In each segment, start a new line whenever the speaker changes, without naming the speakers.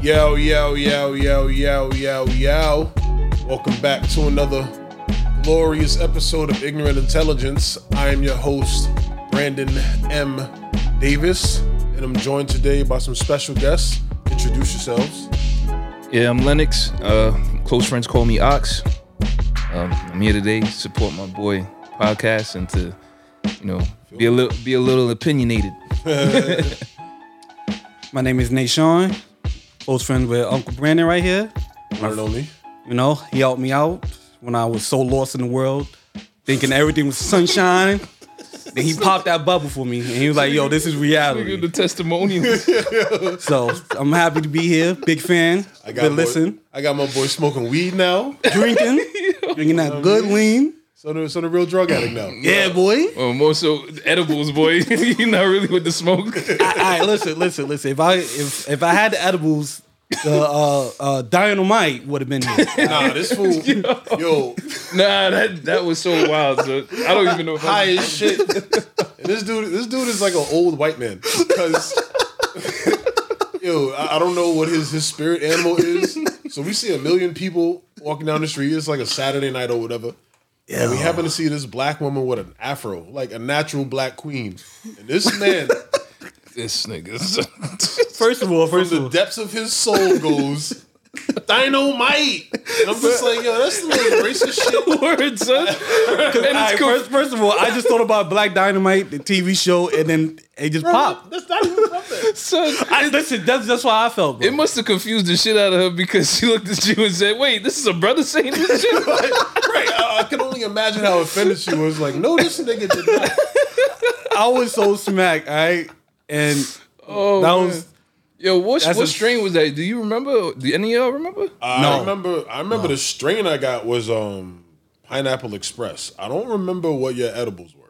Yo, yo, yo, yo, yo, yo, yo. Welcome back to another glorious episode of Ignorant Intelligence. I am your host, Brandon M. Davis, and I'm joined today by some special guests. Introduce yourselves.
Yeah, I'm Lennox. Uh, close friends call me Ox. Um, I'm here today to support my boy podcast and to, you know, be a little be a little opinionated.
My name is Nashawn, close friend with Uncle Brandon right here.
One and only.
You know, he helped me out when I was so lost in the world, thinking everything was sunshine. then he popped that bubble for me, and he was like, "Yo, this is reality."
testimonials.
So I'm happy to be here. Big fan.
I
Been
my boy-
listen,
I got my boy smoking weed now.
drinking, drinking that good lean.
So the, so the real drug addict now.
Yeah, boy.
oh, more so edibles, boy. You're not really with the smoke.
All right, listen, listen, listen. If I if if I had the edibles, the uh, uh, dynamite would have been here.
Nah, this fool, yo,
nah, that that was so wild. So I don't even know. If
high
I,
as shit. And this dude, this dude is like an old white man because. Yo, I I don't know what his, his spirit animal is. So we see a million people walking down the street. It's like a Saturday night or whatever. And we happen to see this black woman with an afro, like a natural black queen. And this man,
this nigga.
First of all, first of
the
all,
depths of his soul goes, dynamite. And I'm just like, yo, that's the most racist shit.
Word, son. And it's
Alright,
cool.
first, first of all, I just thought about Black Dynamite, the TV show, and then it just popped.
That's not even from there.
Son,
I, listen, that's that's why I felt. Bro.
It must have confused the shit out of her because she looked at you and said, "Wait, this is a brother saying this shit."
Right. I, I can only imagine how offended she was. Like, no, this nigga did not.
I was so smacked, all right? And
Oh,
that
man.
was
yo, what
That's
what
a-
strain was that? Do you remember? Do any of y'all remember?
I
No.
remember. I remember the strain I got was um Pineapple Express. I don't remember what your edibles were.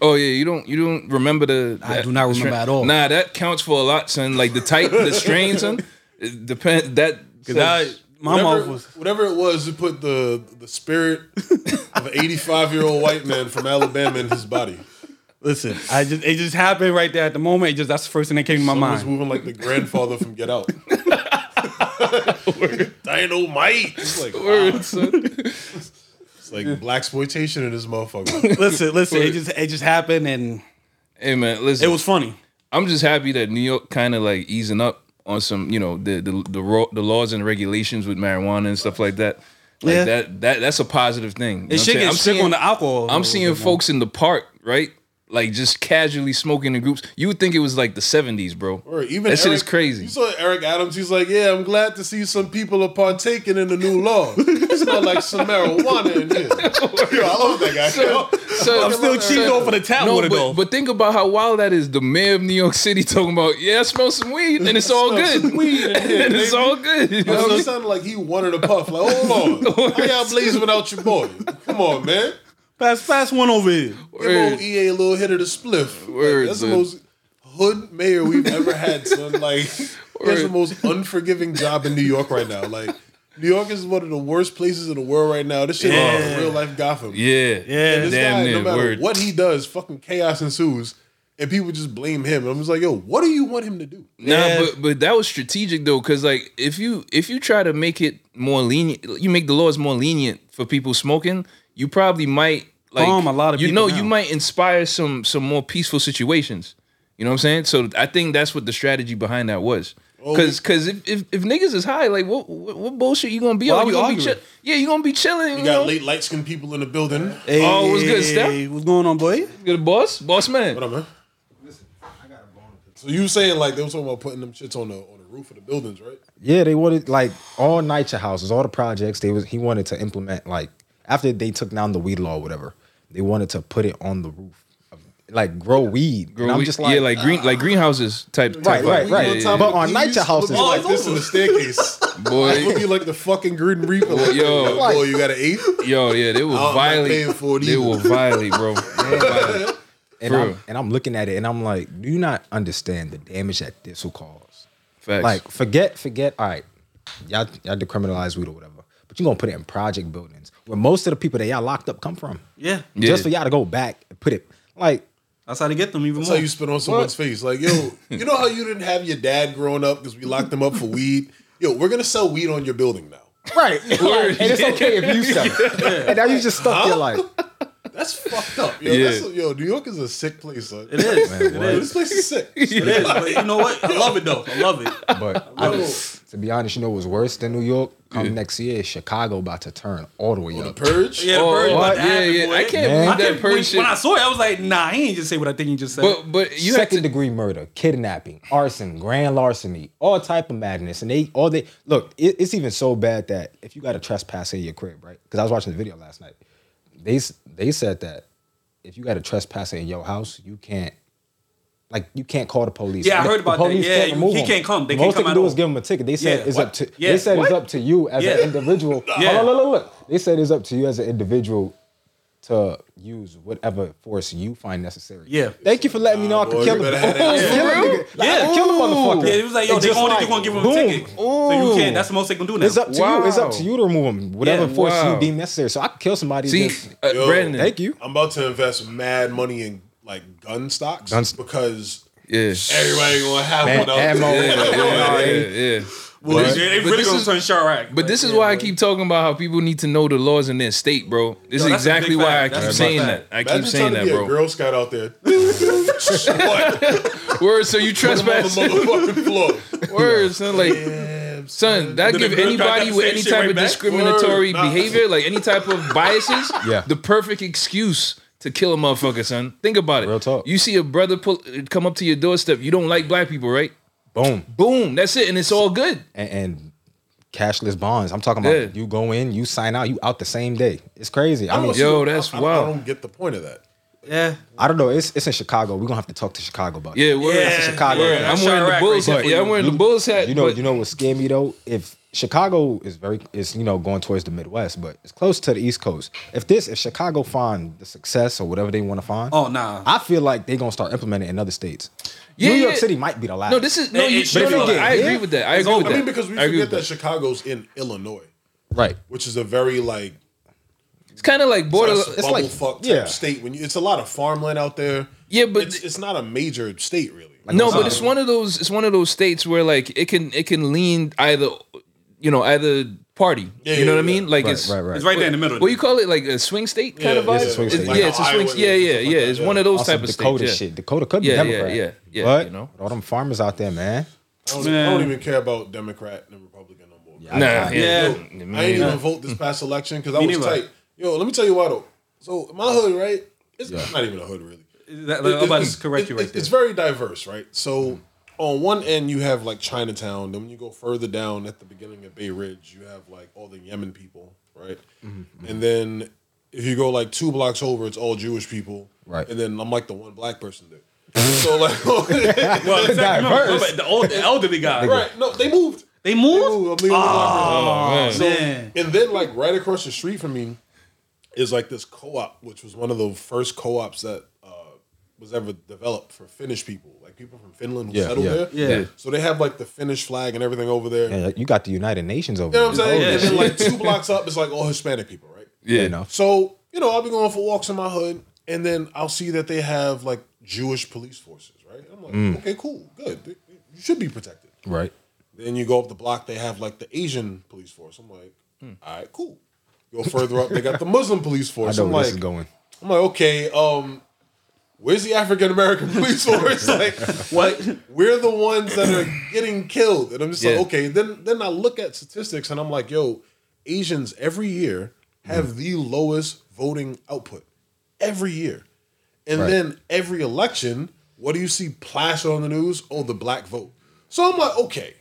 oh yeah, you don't you don't remember the?
I
the-
do not
the strain?
remember at all.
Nah, that counts for a lot, son. Like the type, the strain, son. It depend that.
I, my
whatever,
mouth was.
whatever it was. It put the the spirit of an eighty five year old white man from Alabama in his body.
Listen, I just it just happened right there at the moment. It just that's the first thing that came to my
I was
mind.
moving like the grandfather from Get Out. Dynamite. It's like, wow,
Word, son.
it's like black exploitation in this motherfucker.
Listen, listen, it just it just happened, and
hey man, listen.
it was funny.
I'm just happy that New York kind of like easing up on some, you know, the the the, ro- the laws and regulations with marijuana and stuff like that. Like
Yeah.
that that that's a positive thing. You
It
know what I'm
should
saying?
get
I'm
sick
seeing-
on the alcohol.
I'm seeing folks in the park, right? Like just casually smoking in groups. You would think it was like the 70s, bro.
Or even
that shit
Eric-
is crazy.
You saw Eric Adams. He's like, "Yeah, I'm glad to see some people are partaking in the new law. It's not like some marijuana in here." Yo, I love that guy. yo.
So
I'm still cheating off for the tap
no,
water
but,
though.
but think about how wild that is. The mayor of New York City talking about, yeah, I smell some weed and it's all
Smell
good.
some weed in here,
and it's
baby.
all good. You know what I
So
mean?
it sounded like he wanted a puff. Like, hold on, how y'all blazing without your boy? Come on, man.
Pass, fast one over here.
Give old EA a little hit of the spliff. Like,
Word,
that's the
dude.
most hood mayor we've ever had, son. Like, that's the
Word.
most unforgiving job in New York right now. Like, New York is one of the worst places in the world right now. This shit
Yeah.
is real life Gotham.
Yeah.
Yeah,
this
Damn
guy,
near.
no matter
word.
what he does, fucking chaos ensues, and people just blame him. And I'm just like, yo, what do you want him to do?
Nah,
Yeah.
but but that was strategic though, because like if you if you try to make it more lenient, you make the laws more lenient for people smoking, you probably might like
Harm a lot of
you know
people
you
now.
might inspire some some more peaceful situations. You know what I'm saying? So I think that's what the strategy behind that was. Cause, cause if, if, if niggas is high, like what what, what bullshit you gonna be
Why
on?
we
You gonna be
arguing?
chill- yeah, you gonna be chilling. You,
You
know?
got late light skinned people in the building. Hey.
Hey,
Oh, what's good, Steph?
What's going on, boy?
Good boss, boss man.
What up, man? So you saying like they were talking about putting them shits on the on the roof of the buildings, right?
Yeah, they wanted like all NYCHA houses, all the projects they was he wanted to implement like after they took down the weed law or whatever, they wanted to put it on the roof, of, like grow weed.
Girl,
and I'm
we-
just like,
yeah, like green
uh,
like greenhouses type. type
Right,
vibe.
right, right.
Yeah, yeah,
But on
Night
NYCHA houses-
be like this in the staircase.
yeah. boy.
Look, you like the fucking Green Reaper. Like,
yo.
boy, you got an eight.
Yo, yeah, they will
not paying
violate.
for it
They
either.
will violate, bro.
and I'm, and I'm looking at it and I'm like, do you not understand the damage that this will cause?
Facts.
Like, forget, forget. All right, y'all, y'all decriminalize weed or whatever, but you're gonna put it in project buildings where most of the people that y'all locked up come from.
Yeah,
Yeah.
Just for y'all to go back and put it like
that's how they get them even
That's
more.
how you spit on someone's face. Like, yo, you know how you didn't have your dad growing up because we locked him up for weed? yo, we're gonna sell weed on your building now.
Right. and it's okay if you sell it. And now you just stuck your life.
That's fucked up. Yo,
Yeah.
that's, yo, New York is a sick place, son.
It is. it
Yo,
is.
this place is sick.
It is. But you know what? I love it though. I love it.
But I just, to be honest, you know what's worse than New York? Come next year, Chicago about to turn all the way
The
up.
purge.
Yeah,
Oh,
Bird's about
what?
to
Yeah,
happen,
yeah.
boy.
I can't
Man.
believe
I
that
When,
Purge shit.
when I saw it, I was like, nah, he ain't just say what I think he just said.
But but you have
Second
to.
degree murder, kidnapping, arson, grand larceny, all type of madness, and they all they look. It, it's even so bad that if you got a trespasser in your crib, right? Because I was watching the video last night. They s- they said that if you got a trespasser in your house, you can't like you can't call the police.
Yeah, I
The-
heard
the
about that.
police
Yeah, you-
remove
he
them.
can't come. They
The
can't
most
come
they
at
can do is
all.
give him a ticket. They said
Yeah,
it's
what?
up to
Yeah,
they said
what?
it's up to you as an
Yeah.
individual.
Yeah.
Hold on, look, look, look. They said it's up to you as an individual to use whatever force you find necessary.
Yeah.
Thank you for letting me know I
boy,
could
you
kill him.
better have that shit.
Kill him, nigga. Like, I
Yeah.
could kill a motherfucker.
yeah, it was like, yo,
It's
they
just
only
like,
gonna give him a
boom.
ticket. So you
Ooh.
can't. That's the most they can do now.
It's up to you. It's up
Wow.
to you to remove him. Whatever
Yeah.
force
Wow.
you deem necessary. So I could kill somebody.
See,
just,
uh,
Yo,
Brandon.
thank you.
I'm about to invest mad money in like gun stocks
Gun st-
because
Yeah.
everybody gonna have
Man,
one out
ammo.
there.
Yeah, yeah,
Yeah.
yeah, yeah.
Well,
But-
they- they
but
really
this
gonna
is-
turn Chirac.
But this is why I keep talking about how people need to know the laws in their state, bro. This
Yo, that's
is
a big
exactly why I
fact.
keep
That's a big
saying
fact.
that. I keep
Imagine
saying
trying
that,
to be a
bro.
Girl Scout out there. what?
Word, so
On
you
the
trespass.
motherfucking floor.
Word, son, like, son, that
Do the
give
girl got
anybody
the
with
same
any
shit
type
right
of
back?
discriminatory
Word, nah.
behavior, like any type of biases,
Yeah.
the perfect excuse to kill a motherfucker, son. Think about it.
Real talk.
You see a brother pull, come up to your doorstep. You don't like black people, right?
Boom.
Boom, that's it, and it's all good.
And, and cashless bonds. I'm talking about
Yeah.
you go in, you sign out, you out the same day. It's crazy. I mean,
don't see-
Yo, that's
I, I don't- I
wild.
don't get the point of that.
Yeah.
I don't know. It's it's in Chicago. We're gonna have to talk to Chicago about it.
Yeah, word.
Yeah.
Chicago.
Word.
Yeah.
I'm wearing the
Chirac
Bulls
right
hat.
there.
Yeah, I'm wearing the Bulls hat.
You know,
but-
you know what scared me though? If Chicago is very is, you know, going towards the Midwest, but it's close to the East Coast. If this if Chicago find the success or whatever they want to find,
Oh, nah.
I feel like they're gonna start implementing it in other states.
Yeah,
New York
yeah.
City might be the last.
No, this is no.
It-
You,
it
no,
should
no,
be
I
like-
agree with that. I agree with
I
that.
mean, because we
I agree
forget
with
that Chicago's in Illinois,
right.
which is a very like
It's kind of like border.
it's bubble
like-
fuck type
yeah.
state. When you, it's a lot of farmland out there.
Yeah, but-
it's, it's not a major state really.
no, but it's one of those. It's one of those states where like it can it can lean either, you know, either party.
Yeah,
you know
yeah,
what I
yeah.
mean? Like
Right,
it's
right, right.
It's right there in the middle.
What you call it? Like a swing state kind of
Yeah,
vibe.
it's a
swing state.
yeah, it's a
Like
swing.
Iowa, stuff
Yeah, yeah,
like
yeah.
that,
It's
yeah.
one of those
Also,
type of states.
Dakota
yeah.
shit. Dakota could be
Yeah, yeah,
Democrat.
yeah, yeah,
But
you know.
with all them farmers out there, man.
I don't, I don't even care about Democrat and Republican no more.
Nah, yeah.
Yeah.
Yo, I ain't even vote this past election because
Me
I was
neither.
tight. Yo, let me tell you why though. So my hood, right? It's not even a hood really.
That- I'm about
It's-
to correct you right there.
it's-
Mm-hmm.
It's very diverse, right? So on one end you have like Chinatown, then when you go further down at the beginning of Bay Ridge, you have like all the Yemen people, right?
Mm-hmm.
And then if you go like two blocks over, it's all Jewish people,
Right.
And then I'm like the one black person there. so like,
Well, exactly. Remember,
Diverse.
remember, the, old, the elderly guy.
right? No, they moved.
They
Ooh,
moved.
I'm leaving the black person.
Man.
Ah, So-
Man.
and then like right across the street from me is like this co-op, which was one of the first co-ops that uh, was ever developed for Finnish people, like people from Finland who
Yeah,
settled
yeah,
there.
yeah. Yeah.
So they have like the Finnish flag and everything over there.
Yeah, you got the United Nations over
You know what I'm
there.
saying?
Yeah.
And then like two blocks up, it's like all Hispanic people, right?
yeah.
You know.
So you know, I'll be going for walks in my hood, and then I'll see that they have like Jewish police forces, right? I'm like,
Mm.
okay, cool, good. They- they- You should be protected.
Right.
Then you go up the block, they have like the Asian police force. I'm like, all right, cool. Go further up, they got the Muslim police
Hmm. I
force.
know
I'm
where
like,
this is going.
I'm like, okay, um, where's the African American police force? like, what? We're the ones that are getting killed, and I'm just
Yeah.
like, okay. Then then I look at statistics, and I'm like, yo, Asians every year have
Hmm.
the lowest voting output every year, and
Right.
then every election, what do you see plastered on the news? Oh, the black vote. So I'm like, okay,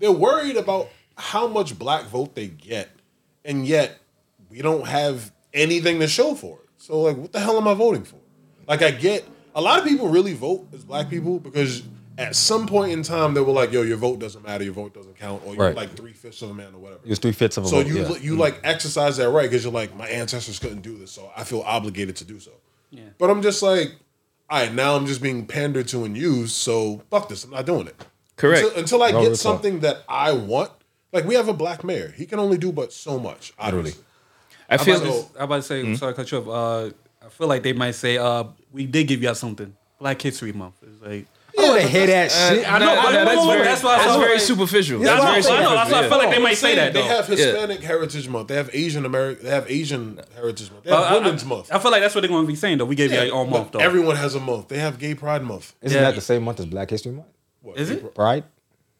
they're worried about how much black vote they get, and yet we don't have anything to show for it. So like, what the hell am I voting for? Like, I get a lot of people really vote as black people because at some point in time they were like, yo, your vote doesn't matter, your vote doesn't count, or you're
Right.
like three fifths of a man or whatever.
It was three fifths of a
So
vote,
you
yeah.
you like exercise that right because you're like my ancestors couldn't do this, so I feel obligated to do so. But I'm just like, all right, now I'm just being pandered to and used. So fuck this, I'm not doing it.
Correct.
Until, until I
No,
get
real talk.
something that I want. Like we have a black mayor, he can only do but so much. Oh, Literally,
I
I
feel. Hmm?
am
So-
about to say, sorry, to cut you off. Uh, I feel like they might say, uh, we did give y'all something. Black History Month. It's like,
I want to hear that shit.
I know,
but
that's,
that's
very,
that's why I
that's
felt
very
like-
superficial.
Yeah,
That's
why-
very
why
I know.
superficial.
That's why I feel like they might say that
They
though.
have Hispanic Heritage Month. They have Asian American. They have Asian Heritage Month. They have
I- I-
Women's Month.
I feel like that's what they're going to be saying though. We gave you your own month though.
Everyone has a month. They have Gay Pride Month.
Isn't
Yeah.
that the same month as Black History Month?
What,
Is it?
April-
Pride?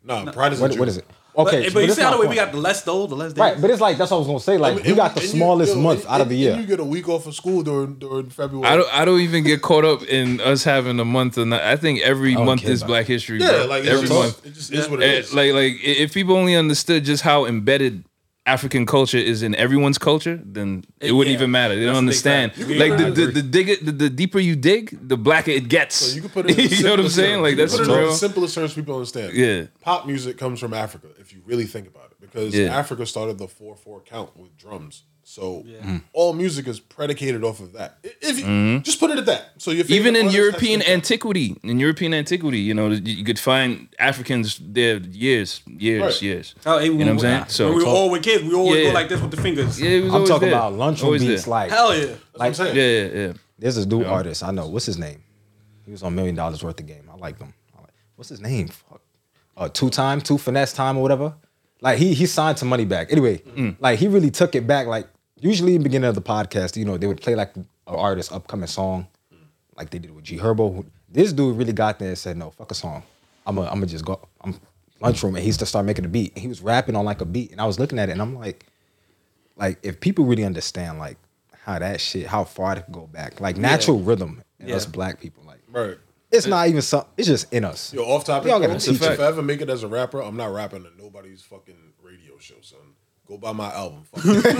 Nah, Pride is in
What,
June.
what is it?
But,
Okay,
but, you
this
see how
my
the way we
point.
got the less though, the less days.
Right, but it's like that's what I was gonna say. Like
And-
we got the
and you-
smallest
yo,
month
and-
out of the
and-
year.
and you get a week off of school during during February.
I don't. I don't even get caught up in us having a month. And I think every
don't
month
care
is
about
Black History.
yeah,
bro.
like it's
every
just,
month.
It just is what it
Eh,
is.
like like i- if people only understood just how embedded African culture is in everyone's culture, then it wouldn't
Yeah.
even matter. They don't
That's a big
understand.
fact. You
can
Like
put
the
it
the,
in-
the, digger, the the deeper you dig, the blacker it gets.
So you can put it. In the
you know what I'm
simplest
saying?
terms.
Like
You can
that's
put it in
real.
the simplest terms people understand.
Yeah.
pop music comes from Africa if you really think about it, because
Yeah.
Africa started the four four count with drums. So
Mm.
all music is predicated off of that. I- If you, just put it at that. So your favorite
Mm-hmm. Even in
artist has
European
to do that.
antiquity, in European antiquity, you know, you- you could find Africans there years, years,
Right.
years.
Oh, it-
you know what I'm saying? So
when we were all with kids, we always
Yeah.
go like this with the fingers.
yeah, it was
I'm
always
talking
there.
about lunchroom
Always
beats.
there.
Like
Hell yeah.
That's what I'm saying.
Yeah, yeah, yeah.
there's this new artist I know. What's his name? He was on Million Dollars Worth of Game. I like him. I like, what's his name? Fuck. Uh, two time, two finesse time or whatever. Like he he signed some money back. Anyway, like he really took it back. Like usually in the beginning of the podcast, you know, they would play like an artist's upcoming song, like they did with G Herbo. This dude really got there and said, "No, fuck a song. I'm a, I'm gonna just go. I'm lunchroom." And he used to start making a beat. And he was rapping on like a beat, and I was looking at it, and I'm like, like if people really understand like how that shit, how far to go back, like natural rhythm in
Yeah.
us black people, like
Right.
it's not even something. It's just in us.
Yo, off topic.
We all gotta
bro.
teach
if
it.
I ever make it as a rapper, I'm not rapping to nobody's fucking radio show, son. Go buy my album. Fuck it.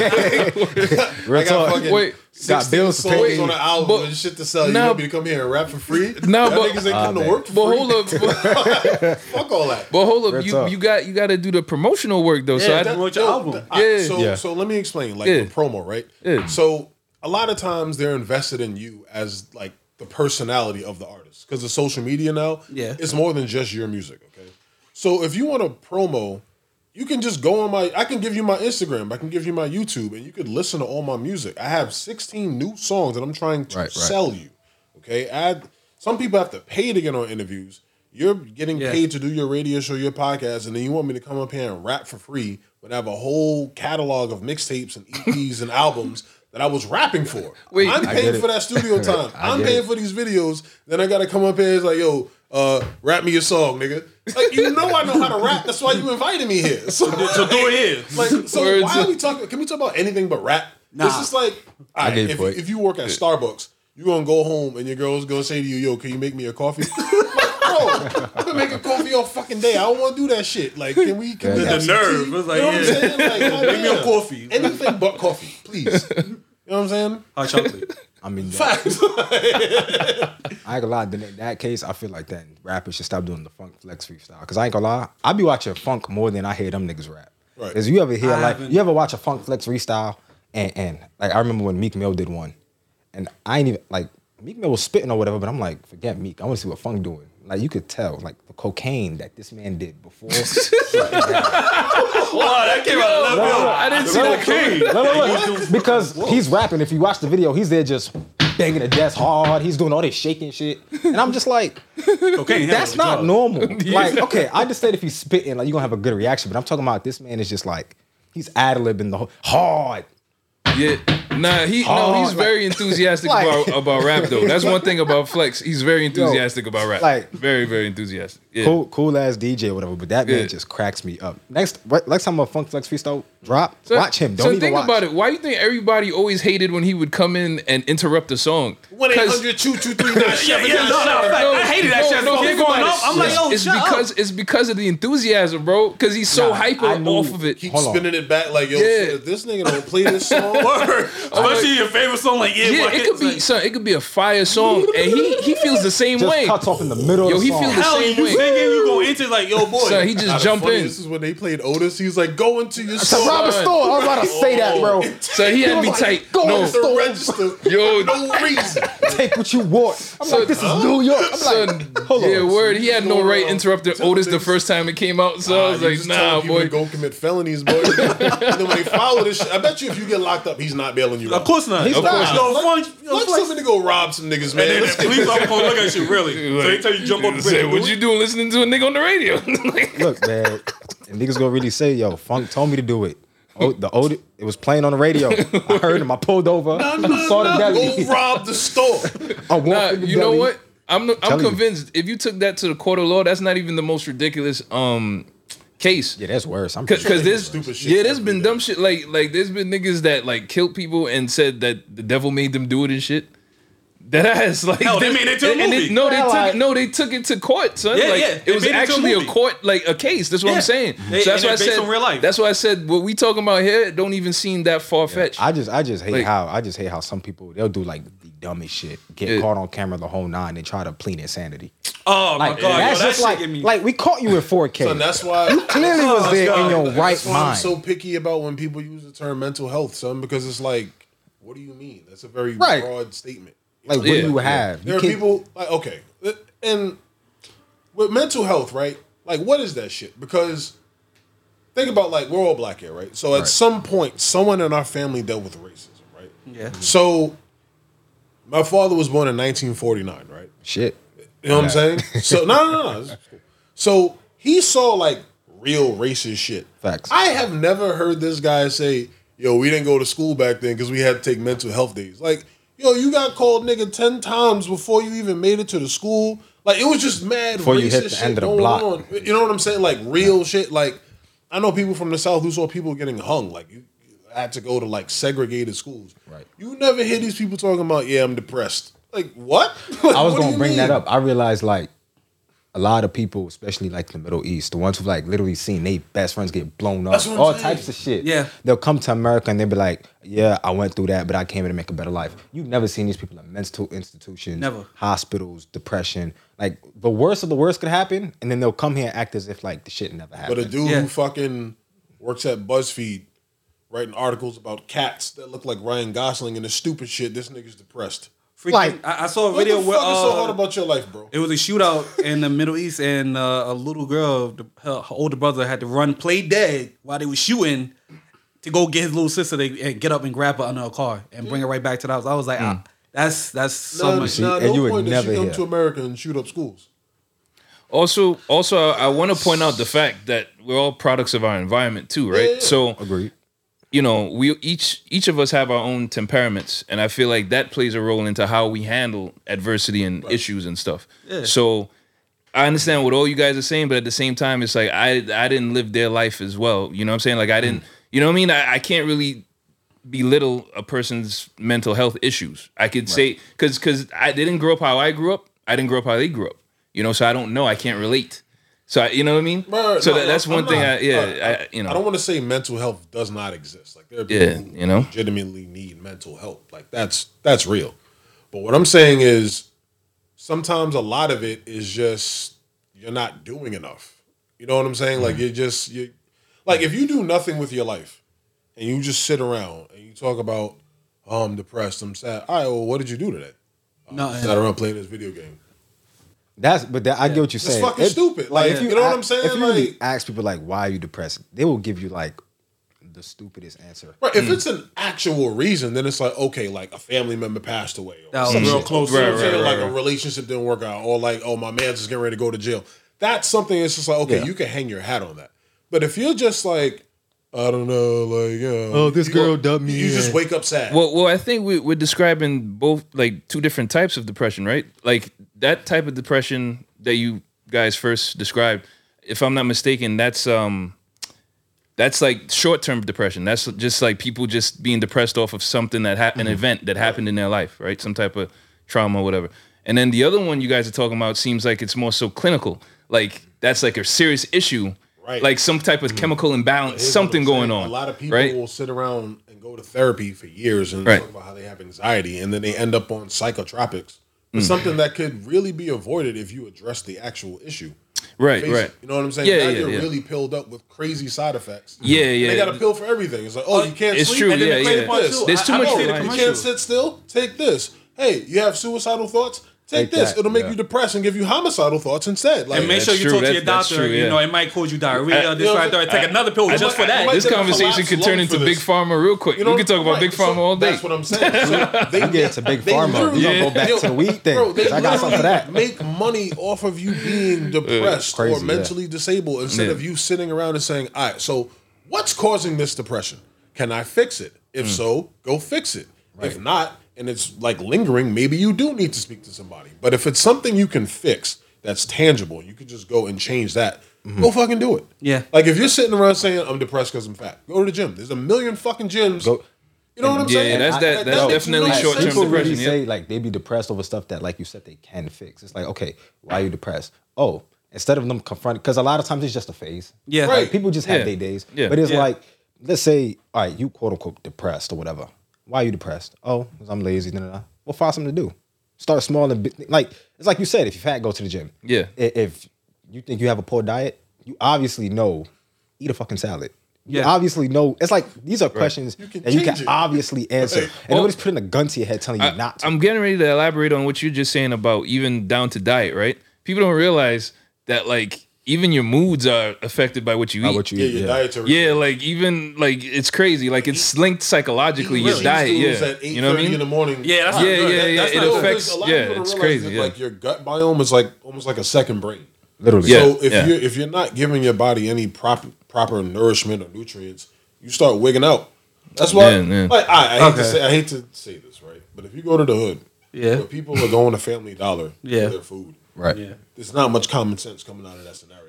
Real
I got
talk.
fucking
Wait,
got bills to
songs
pay.
on an album
But-
and shit to sell. You
Nah.
want me to come here and rap for free? Y'all
Nah, but-
niggas ain't come
Ah,
to work for
But
free.
hold up, but-
Fuck all that.
but hold up,
Real
you
talk.
you got you got to do the promotional work though. so
Yeah,
I,
that- promote
no,
your album.
th- I-
Yeah.
so
Yeah.
so let me explain, like
Yeah.
the promo, right?
Yeah.
So a lot of times they're invested in you as like the personality of the artist because the social media now,
Yeah.
it's more than just your music. Okay, so if you want a promo, you can just go on my. I can give you my Instagram. I can give you my YouTube, and you could listen to all my music. I have 16 new songs that I'm trying to
Right, right.
sell you. Okay, add. Some people have to pay to get on interviews. You're getting
Yeah.
paid to do your radio show, your podcast, and then you want me to come up here and rap for free when I have a whole catalog of mixtapes and EPs and albums that I was rapping for.
Wait,
I'm
I
paying
it.
for that studio time.
I
I'm
get
paying
it.
for these videos. Then I gotta come up here and it's like, yo, uh, rap me a song, nigga. Like you know I know how to rap. That's why you invited me here. So,
So do it here.
like, so
Words.
why are we talking? Can we talk about anything but rap?
Nah.
This is like, all right,
get
if,
it, boy.
if you work at Starbucks, you gonna go home and your girl's gonna say to you, "Yo, can you make me a coffee?" Bro, I've been making coffee all fucking day. I don't want to do that shit. Like, can we? Can
Yeah,
we
the
have some
nerve.
tea?
It's like,
you know what I'm
yeah.
saying? Like,
Make me a
goddamn.
coffee.
Anything but coffee, please. You know what I'm saying?
Hot chocolate.
I mean, that-
Facts.
I ain't gonna lie. Then in that case, I feel like then rappers should stop doing the funk flex freestyle. Cause I ain't gonna lie, I be watching funk more than I hear them niggas rap.
Right.
Cause you ever hear
I
like
haven't-
you ever watch a funk flex freestyle and and like I remember when Meek Mill did one, and I ain't even like Meek Mill was spitting or whatever, but I'm like, forget Meek. I want to see what Funk doing. Like you could tell, like the cocaine that this man did before.
wow, that came out of left
no,
field.
no,
I didn't see
Right.
that coming.
No, no, no. because he's rapping. If you watch the video, he's there just banging the desk hard. He's doing all this shaking shit, and I'm just like,
Cocaine.
that's
handle the
not
job.
normal. Like, okay, I understand if he's spitting, like you're gonna have a good reaction, but I'm talking about this man is just like he's ad libbing the whole hard.
Yeah, nah, he no,
Oh,
he's
like-
very enthusiastic
like-
about about rap though. That's one thing about Flex. He's very enthusiastic about rap.
like-
very very enthusiastic. Yeah,
Cool, cool ass DJ or whatever, but that man
Yeah.
just cracks me up. Next, what- next time a Funk Flex freestyle drop, watch him. Don't
so
even
think
watch.
about it. Why do you think everybody always hated when he would come in and interrupt the song?
One eight
'Cause-
hundred two two three nine
Yeah,
seven.
yeah, no, no, in fact, I hated that shit. No,
think
going
about
off.
it.
I'm like,
It's-
yo,
it's
shut
because it's because of the enthusiasm, bro. Because he's so
Nah,
hyper
I knew-
off of it.
Keep
Hold on.
spinning it back like yo.
Yeah.
shit, if this nigga don't play this song.
Word. Especially your favorite song, like yeah,
Yeah,
fuck
it could be
Like,
son, it could be a fire song, and he he feels the same
Just
way.
cuts off in the middle
Yo,
of the
he
song.
feels the
hell,
same
you
way.
singing, you go into it like, yo, boy.
Son, he
Nah,
just
the
jump
funny-
in.
This is when they played Otis. He was like, "Go into your
It's a
song."
Robert
son.
Store. I was about to say that, bro.
So he had me
was like,
tight.
go
No,
in
Hit the register.
Yo.
no reason.
Take what you want. I'm like, this is New York. I'm like,
son,
hold on.
yeah, word. He he had no
going
right
around
interrupting
telling
Otis the
niggas-
first time it came out. So I was
you
like,
just telling
nah,
people
boy.
to go commit felonies, boy. and then when they follow this shit, I bet you if you get locked up, he's not bailing you.
Of course not.
He's
Of course
not.
no
Let-
fun. No
Let
fun.
somebody go rob some niggas, man.
And then
Let's
the
get-
police officer gonna look at you really. So they tell you jump up.
Say, what you doing listening to a nigga on the radio?
Look, man, and niggas gonna really say, "Yo, Funk told me to do it." Oh, the old it was playing on the radio. I heard him. I pulled over. I saw the deli.
Go rob the store.
I walked
Nah,
in the
you know
deli.
what? I'm I'm
telling you.
convinced if you took that to the court of law, that's not even the most ridiculous um case.
Yeah, that's worse. I'm
Cause,
pretty sure.
'cause there's
Stupid shit
yeah, there's
every
been
day.
dumb shit like like there's been niggas that like killed people and said that the devil made them do it and shit. That ass like
Hell, they made it to a
and they-
movie.
no, they
Yeah,
took
like-
no, they took it to court, son.
Yeah,
like,
yeah,
it
they
was
made it to a
actually a
movie.
court like a case. That's what
Yeah.
I'm saying.
They-
so that's
and
why I
they're based
said
on real life.
That's why I said what we talking about here don't even seem that far fetched.
I just, I just hate
Like-
how, I just hate how some people they'll do like the dumbest shit, get
Yeah.
caught on camera the whole nine, and try to plead insanity.
Oh my
Like
god, yo,
that's
that
just
shit
like,
get me.
like we caught you in 4K.
And that's why
Clearly was there
God.
in your right
That's why I'm
mind.
so picky about when people use the term mental health, son, because it's like, what do you mean? That's a very
Right.
broad statement.
like what
Yeah.
do you have?
There
You
are
can't-
people like okay, and with mental health, right? Like, what is that shit? Because think about like we're all black here, right? So at some point, someone in our family dealt with racism, right?
yeah.
So my father was born in 1949, right?
Shit.
You know what I'm saying? So no, no, no. no. It's cool. So he saw like real racist shit.
Facts.
I have never heard this guy say, "Yo, we didn't go to school back then because we had to take mental health days." Like, yo, you got called nigga ten times before you even made it to the school. Like, it was just mad
Before
racist
you hit the
shit
end of the
going
block.
on. You know what I'm saying? Like real shit. Like, I know people from the south who saw people getting hung. Like, you I had to go to like segregated schools.
Right.
You never hear these people talking about, "Yeah, I'm depressed." Like what? Like,
I was
what do
gonna
you
bring that
mean?
up. I realized like a lot of people, especially like the Middle East, the ones who've like literally seen their best friends get blown up,
That's what I'm
all
saying.
types of shit.
Yeah.
They'll come to America and they'll be like, Yeah, I went through that, but I came here to make a better life. You've never seen these people in mental institutions,
Never.
hospitals, depression. Like the worst of the worst could happen, and then they'll come here and act as if like the shit never happened.
But a dude
Yeah.
who fucking works at BuzzFeed writing articles about cats that look like Ryan Gosling and the stupid shit, this nigga's depressed.
Freaking,
like-
I, I saw a
What
video
the fuck
where
is so
uh,
hard about your life, bro?
It was a shootout in the Middle East, and uh, a little girl, the, her, her older brother, had to run, play dead while they were shooting to go get his little sister to, and get up and grab her under her car and bring her right back to the house. I was
Hmm.
like, ah, that's that's so much.
no. and you would
point
never
that she come
hear.
to America and shoot up schools.
Also, also, I, I want to point out the fact that we're all products of our environment too, right?
yeah.
So,
Agreed.
you know, we each each of us have our own temperaments, and I feel like that plays a role into how we handle adversity and issues and stuff. So, I understand what all you guys are saying, but at the same time, it's like I I didn't live their life as well. You know what I'm saying? Like I
Hmm.
didn't. You know what I mean? I, I can't really belittle a person's mental health issues. I could say because because I they didn't grow up how I grew up. I didn't grow up how they grew up. You know, so I don't know. I can't relate. So I, you know what I mean?
Bro,
so
no,
that, that's
I'm
one thing.
not-
I yeah.
I-
I, you know.
I don't want to say mental health does not exist. Like there are people
Yeah,
who
you know?
legitimately need mental help. Like that's that's real. But what I'm saying is sometimes a lot of it is just you're not doing enough. You know what I'm saying? Like you're just you like if you do nothing with your life and you just sit around and you talk about oh, I'm depressed, I'm sad. All right, well, what did you do today? Um,
Nothing.
Sat around playing this video game.
That's but that, I get what you're saying.
fucking stupid. Like, you know what I'm saying?
If you really
Like-
ask people like, "Why are you depressed?" They will give you like the stupidest answer.
Right.
Mm.
If it's an actual reason, then it's like, okay, like a family member passed away. Or
Oh,
That was
some
real
shit.
close.
You know what I'm
Right,
saying?
right,
like
right,
a
right.
relationship didn't work out, or like, oh, my man's just getting ready to go to jail. That's something that's just like, okay,
Yeah.
you can hang your hat on that. But if you're just like, I don't know, like, you know,
Oh, this
you-
girl dubbed me
You just
in.
wake up sad.
Well, well, I think we, we're describing both like two different types of depression, right? Like that type of depression that you guys first described. If I'm not mistaken, that's um, that's like short term depression. That's just like people just being depressed off of something that happened,
Mm-hmm.
an event that happened in their life, right? Some type of trauma, or whatever. And then the other one you guys are talking about seems like it's more so clinical. Like that's like a serious issue,
Right.
Like some type of chemical imbalance,
Here's what
something
I'm
going
saying.
on.
A lot of people
right?
will sit around and go to therapy for years and
Right.
talk about how they have anxiety, and then they end up on psychotropics. But
Mm.
Something that could really be avoided if you address the actual issue.
right,
face it.
right.
You know what I'm saying?
Yeah,
now
yeah,
you're
yeah.
really pilled up with crazy side effects.
Yeah,
And
yeah.
They got a pill for everything. It's like, oh, you can't
It's
sleep.
true,
And then
yeah,
they play
yeah.
this.
There's too
I- I
much
know,
for
You
life.
can't sit still. Take this. Hey, you have suicidal thoughts. Take
Like
this.
that,
It'll make
yeah.
you depressed and give you homicidal thoughts instead. Like,
And make
Oh, that's
sure you
true.
talk to
That's-
your
that's
doctor.
true,
You
yeah.
know, it might cause you diarrhea.
I-
this
you know,
right there. Take
I-
another pill
I
just
might-
for that.
I might-
This
Like,
conversation
lots
could turn
long
into
for
Big
this.
Pharma real quick.
know
we could talk about
right,
Big
so
Pharma all day.
That's what I'm saying. So they
Yeah, it's a big
they
pharma.
literally-
We're gonna go back
Yo,
to the weed thing.
Bro, they
'cause I got something for
literally
that.
make money off of you being depressed
Crazy,
or
yeah.
mentally disabled instead
Yeah.
of you sitting around and saying, all right, so what's causing this depression? Can I fix it?
Mm.
If so, go fix it. If not, and it's like lingering, maybe you do need to speak to somebody. But if it's something you can fix that's tangible, you can just go and change that.
Mm-hmm.
Go fucking do it.
Yeah.
Like if you're sitting around saying I'm depressed because I'm fat, go to the gym. There's a million fucking gyms.
Go-
You know what I'm
Yeah,
saying?
that's that- that's
makes
definitely
no
short-term
sense.
people
depression.
really
yeah.
say like they be depressed over stuff that like you said they can fix. It's like okay, why are you depressed? Oh, instead of them confronting because a lot of times it's just a phase.
Yeah.
Like,
Right.
people just have
Yeah.
their days.
Yeah.
But it's
Yeah.
like let's say all right, you quote unquote depressed or whatever. Why are you depressed? Oh, 'cause I'm lazy. Nah, nah, nah. Well, find something to do. Start small and bi- like it's like you said. If you're fat, go to the gym.
Yeah.
I- If you think you have a poor diet, you obviously know. Eat a fucking salad. You
Yeah.
obviously know. It's like these are questions
You can
that you
change
can
it.
obviously answer.
Right.
And nobody's putting a gun to your head telling you not to.
I'm getting ready to elaborate on what you're just saying about even down to diet, right? People don't realize that like even your moods are affected by what you
By
eat.
what you
Yeah,
eat.
your
yeah.
dietary.
yeah, like even like it's crazy. Like it's linked psychologically.
Really,
Your diet,
these dudes
yeah.
At
You know what I
8:30
mean?
In the morning.
Yeah, that's
Wow.
not
Yeah,
good.
yeah,
That-
yeah,
that's
it
not good.
affects-
Because a lot
yeah,
of people don't
it's
realize
crazy,
that,
yeah.
Like your gut biome is like almost like a second brain.
Literally.
so if
yeah.
you're if you're not giving your body any proper proper nourishment or nutrients, you start wigging out. That's why.
Yeah, yeah.
Like I, I hate to
Okay.
say I hate to say this, right? But if you go to the hood,
Yeah.
where people are going to Family Dollar
Yeah.
for their food,
Right.
there's not much common sense coming out of that scenario.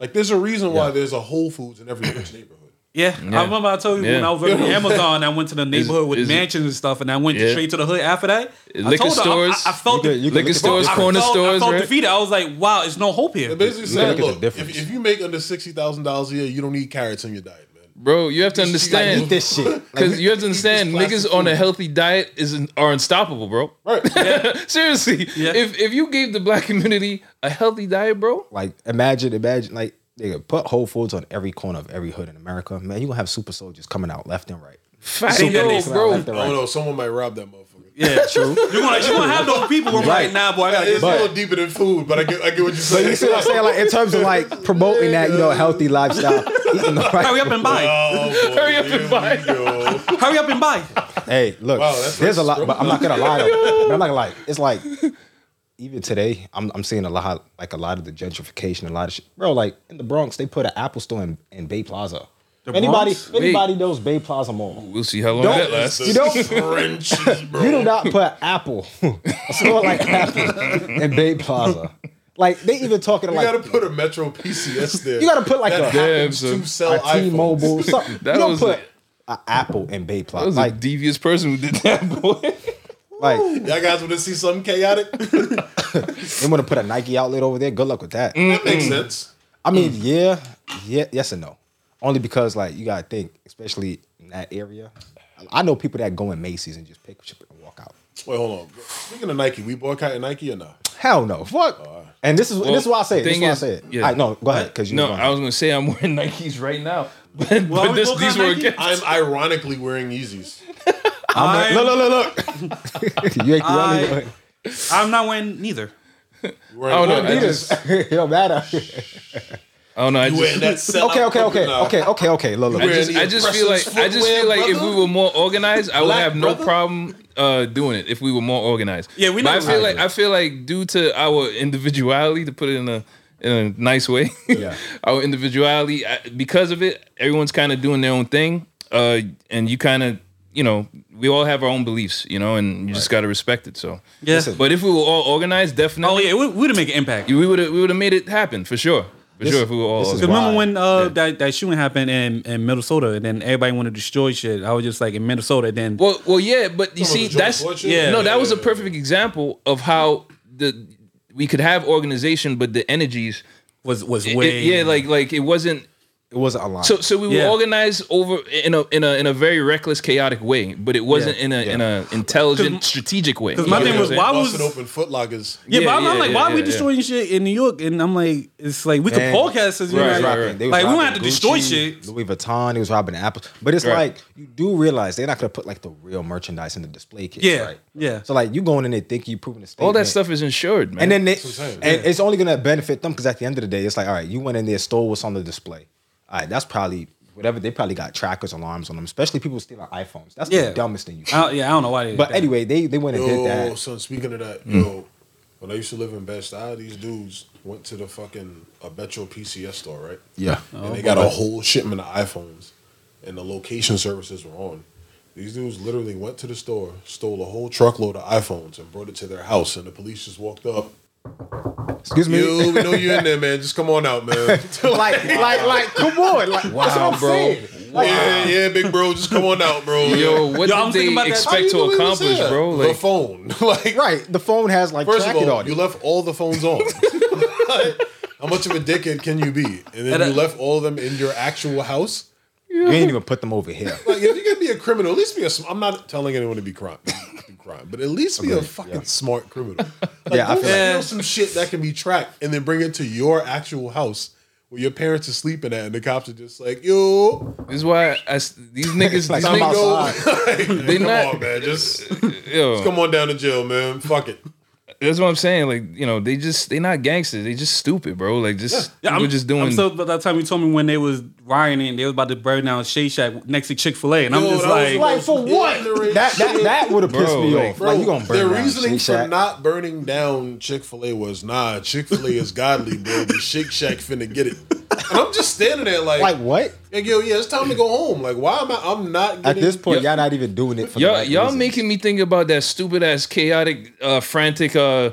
Like there's a reason why there's a Whole Foods in every rich neighborhood.
Yeah, I remember I told you when
Yeah.
I was working at Amazon, I went to the neighborhood with
is it-
mansions and stuff, and I went
Yeah.
straight to the hood after that. I
Liquor
told her, I-
stores.
I, I felt
You
it.
could- you could
Liquor
look at-
stores,
I
corner
felt-
stores,
I felt
right?
defeated. I was like, wow, it's no hope here.
They basically
look at
saying,
the
look, if,
difference.
if you make under sixty thousand dollars a year, you don't need carrots in your diet, man.
Bro, you have to
Eat
understand
this shit.
because you have to
eat this
understand
plastic
niggas on a
food.
healthy diet is are unstoppable, bro.
Right.
Seriously,
Yeah.
if if you gave the black community a healthy diet, bro,
Like imagine, imagine like nigga, put Whole Foods on every corner of every hood in America. Man, you gonna have super soldiers coming out left and right.
fat,
Super
yo,
nice.
bro. Oh,
Left and
I don't
right.
know. Someone might rob that motherfucker.
yeah, true. You're gonna, you're gonna have those people who are like,
Right.
nah, boy, I gotta
It's
get
a little deeper than food, but I get, I get what you're saying.
You see what I'm saying? Like in terms of like promoting that, you know, healthy lifestyle. Eating the right-
Hurry up and buy.
Oh, boy,
Hurry up and
here we
buy.
go.
Hurry up and buy.
Hey, look,
Wow, that's
there's a
like
lot, but I'm not gonna lie. Though, but I'm not gonna lie. It's like even today, I'm, I'm seeing a lot, like a lot of the gentrification, a lot of shit, bro. Like in the Bronx, they put an Apple store in, in Bay Plaza. anybody,
Bronx?
anybody knows Bay Plaza Mall?
We'll see how long
Don't-
that lasts.
The
You don't-
trenches, bro.
You do not put Apple, a store like Apple in Bay Plaza. Like they even talking
You
like
gotta put a Metro PCS there.
You gotta put, like,
that
a-
happens
Damn,
to
son.
sell
a T-Mobile, something.
That
you don't
was-
put an Apple in Bay
That
Plaza.
was
Like,
a devious person who did that, boy.
like
iPhones. Y'all guys want to see something chaotic?
they want to put a Nike outlet over there. Good luck with that.
that makes sense.
I mean,
Mm.
yeah, yeah, yes and no. Only because like you gotta think, especially in that area. I know people that go in Macy's and just pick shit up and walk out.
Wait, hold on. Speaking of Nike, we boycotting Nike or not?
Hell no, fuck. And this is this is why I say it.
Uh,
This is
thing
why I
is-
say it.
yeah.
Yeah. no, go ahead because you.
No,
was going.
I was gonna say I'm wearing Nikes right now, but,
Well,
but
we
this,
both
these
got
were
Nikes?
against.
I'm ironically wearing Yeezys.
I'm,
look, look, look, look. you ain't the only
I-
one.
I'm not wearing neither.
You wearing
Oh, no,
Adidas?
I
Adidas. it don't matter.
Oh no, I
You wearing
just,
that sellout
okay, okay, okay,
Nah.
okay, okay, okay. Look,
I
look.
Wearing
just,
the
I just feel like
oppressors'
I just feel
footwear,
like if
brother?
we were more organized, I would
Black
have no
brother?
problem uh, doing it. If we were more organized,
Yeah, we
But
know
I feel like
that.
I feel like due to our individuality, to put it in a in a nice way,
Yeah.
our individuality I- because of it, everyone's kind of doing their own thing, uh, and you kind of you know we all have our own beliefs, you know, and you just got to respect it. So
Yeah.
But if we were all organized, definitely.
Oh yeah, we would have made an impact.
Oh.
We would have we would have made it happen for sure. For
This-
sure if we were all
this is-
Because remember
Why?
when uh, that, that shooting happened in, in Minnesota and then everybody wanted to destroy shit. I was just like in Minnesota then
Well well yeah, but you see
George
that's
Floyd shit?
yeah.
no, that was a perfect example of how the we could have organization but the energies
was was
it-
way
yeah, like like it wasn't
It wasn't a lot.
So so we were
Yeah.
organized over in a in a in a very reckless, chaotic way, but it wasn't in a in a intelligent, strategic way.
'cause my
You
thing
know
was,
what I'm saying?
why
Busting
was
open footlockers.
yeah,
Yeah,
but I'm, I'm
yeah,
like,
yeah,
why are we
yeah,
destroying shit in New York? And I'm like, it's like we could
And-
podcast this, you
Right,
know,
right,
Robbing-
right.
they was
like we don't
robbing
have to destroy
Gucci,
shit.
Louis Vuitton, he was robbing Apple. But it's
Right.
like you do realize they're not gonna put like the real merchandise in the display case,
Yeah,
right?
yeah.
So like you going in there thinking you proving the statement.
all that stuff is insured, man.
And then they,
what I'm saying.
and it's only gonna benefit them because at the end of the day, it's like, all right, you went in there, stole what's on the display. All right, that's probably whatever they probably got trackers, alarms on them, especially people stealing iPhones. That's
Yeah.
the dumbest thing you.
I
Can.
don't, yeah, I don't know why they. did
But
that.
anyway, they they went and
Yo,
did that. Mm.
son, speaking of that, yo, when I used to live in Best Eye, these dudes went to the fucking a Metro PCS store, right?
yeah,
and
Oh,
they got a whole shipment of iPhones, and the location services were on. These dudes literally went to the store, stole a whole truckload of iPhones, and brought it to their house, and the police just walked up.
excuse me.
Yo, we know you're in there, man. Just come on out, man.
like, like, like, come on, like, that's what
Wow,
I'm
bro.
saying. Like,
yeah, yeah, big bro, just come on out, bro.
Yo, what
I was thinking
did
about
they
that.
How you
expect to
believe this
accomplish,
here?
bro?
the
Like,
phone, like
right, the phone has like
First of
tracking
all,
on
you
it.
left all the phones on. How much of a dickhead can you be? And then
And, uh,
you left all of them in your actual house.
You ain't even put them over here.
Like, if you're gonna be a criminal, at least be a. Sm- I'm not telling anyone to be crime, be crime, but at least be a fucking smart criminal. Like,
Yeah, I
go
feel like-
steal some shit that can be tracked and then bring it to your actual house where your parents are sleeping at, and the cops are just like, "Yo,
this is why I s these niggas,
Like,
these
I'm
niggas
yo,
outside.
like, come
not-
on, man, just,
yo,
come on down to jail, man. Fuck it."
that's what I'm saying. Like, you know, they just they not gangsters. They just stupid, bro. Like, just
Yeah,
we were just doing.
I'm so, by that time you told me when they was rioting, they was about to burn down Shea Shack next to Chick Fil A, and I'm
Yo,
just
that was
like,
Like for what?
Ignorant
That that,
shit.
that would have pissed
Bro,
me
like-
off. like you gonna burn
their
down
reasoning
Shake
for
Shack.
not burning down Chick Fil A was nah, Chick Fil A is godly, bro. The Shake Shack finna get it. And I'm just standing there like,
like what?
like, yo, yeah, it's time to go home. Like, why am I? I'm not
At
getting
this point, y'all not even doing it for the
y'all
right
y'all
reasons.
making me think about that stupid ass chaotic, uh, frantic. Uh, uh,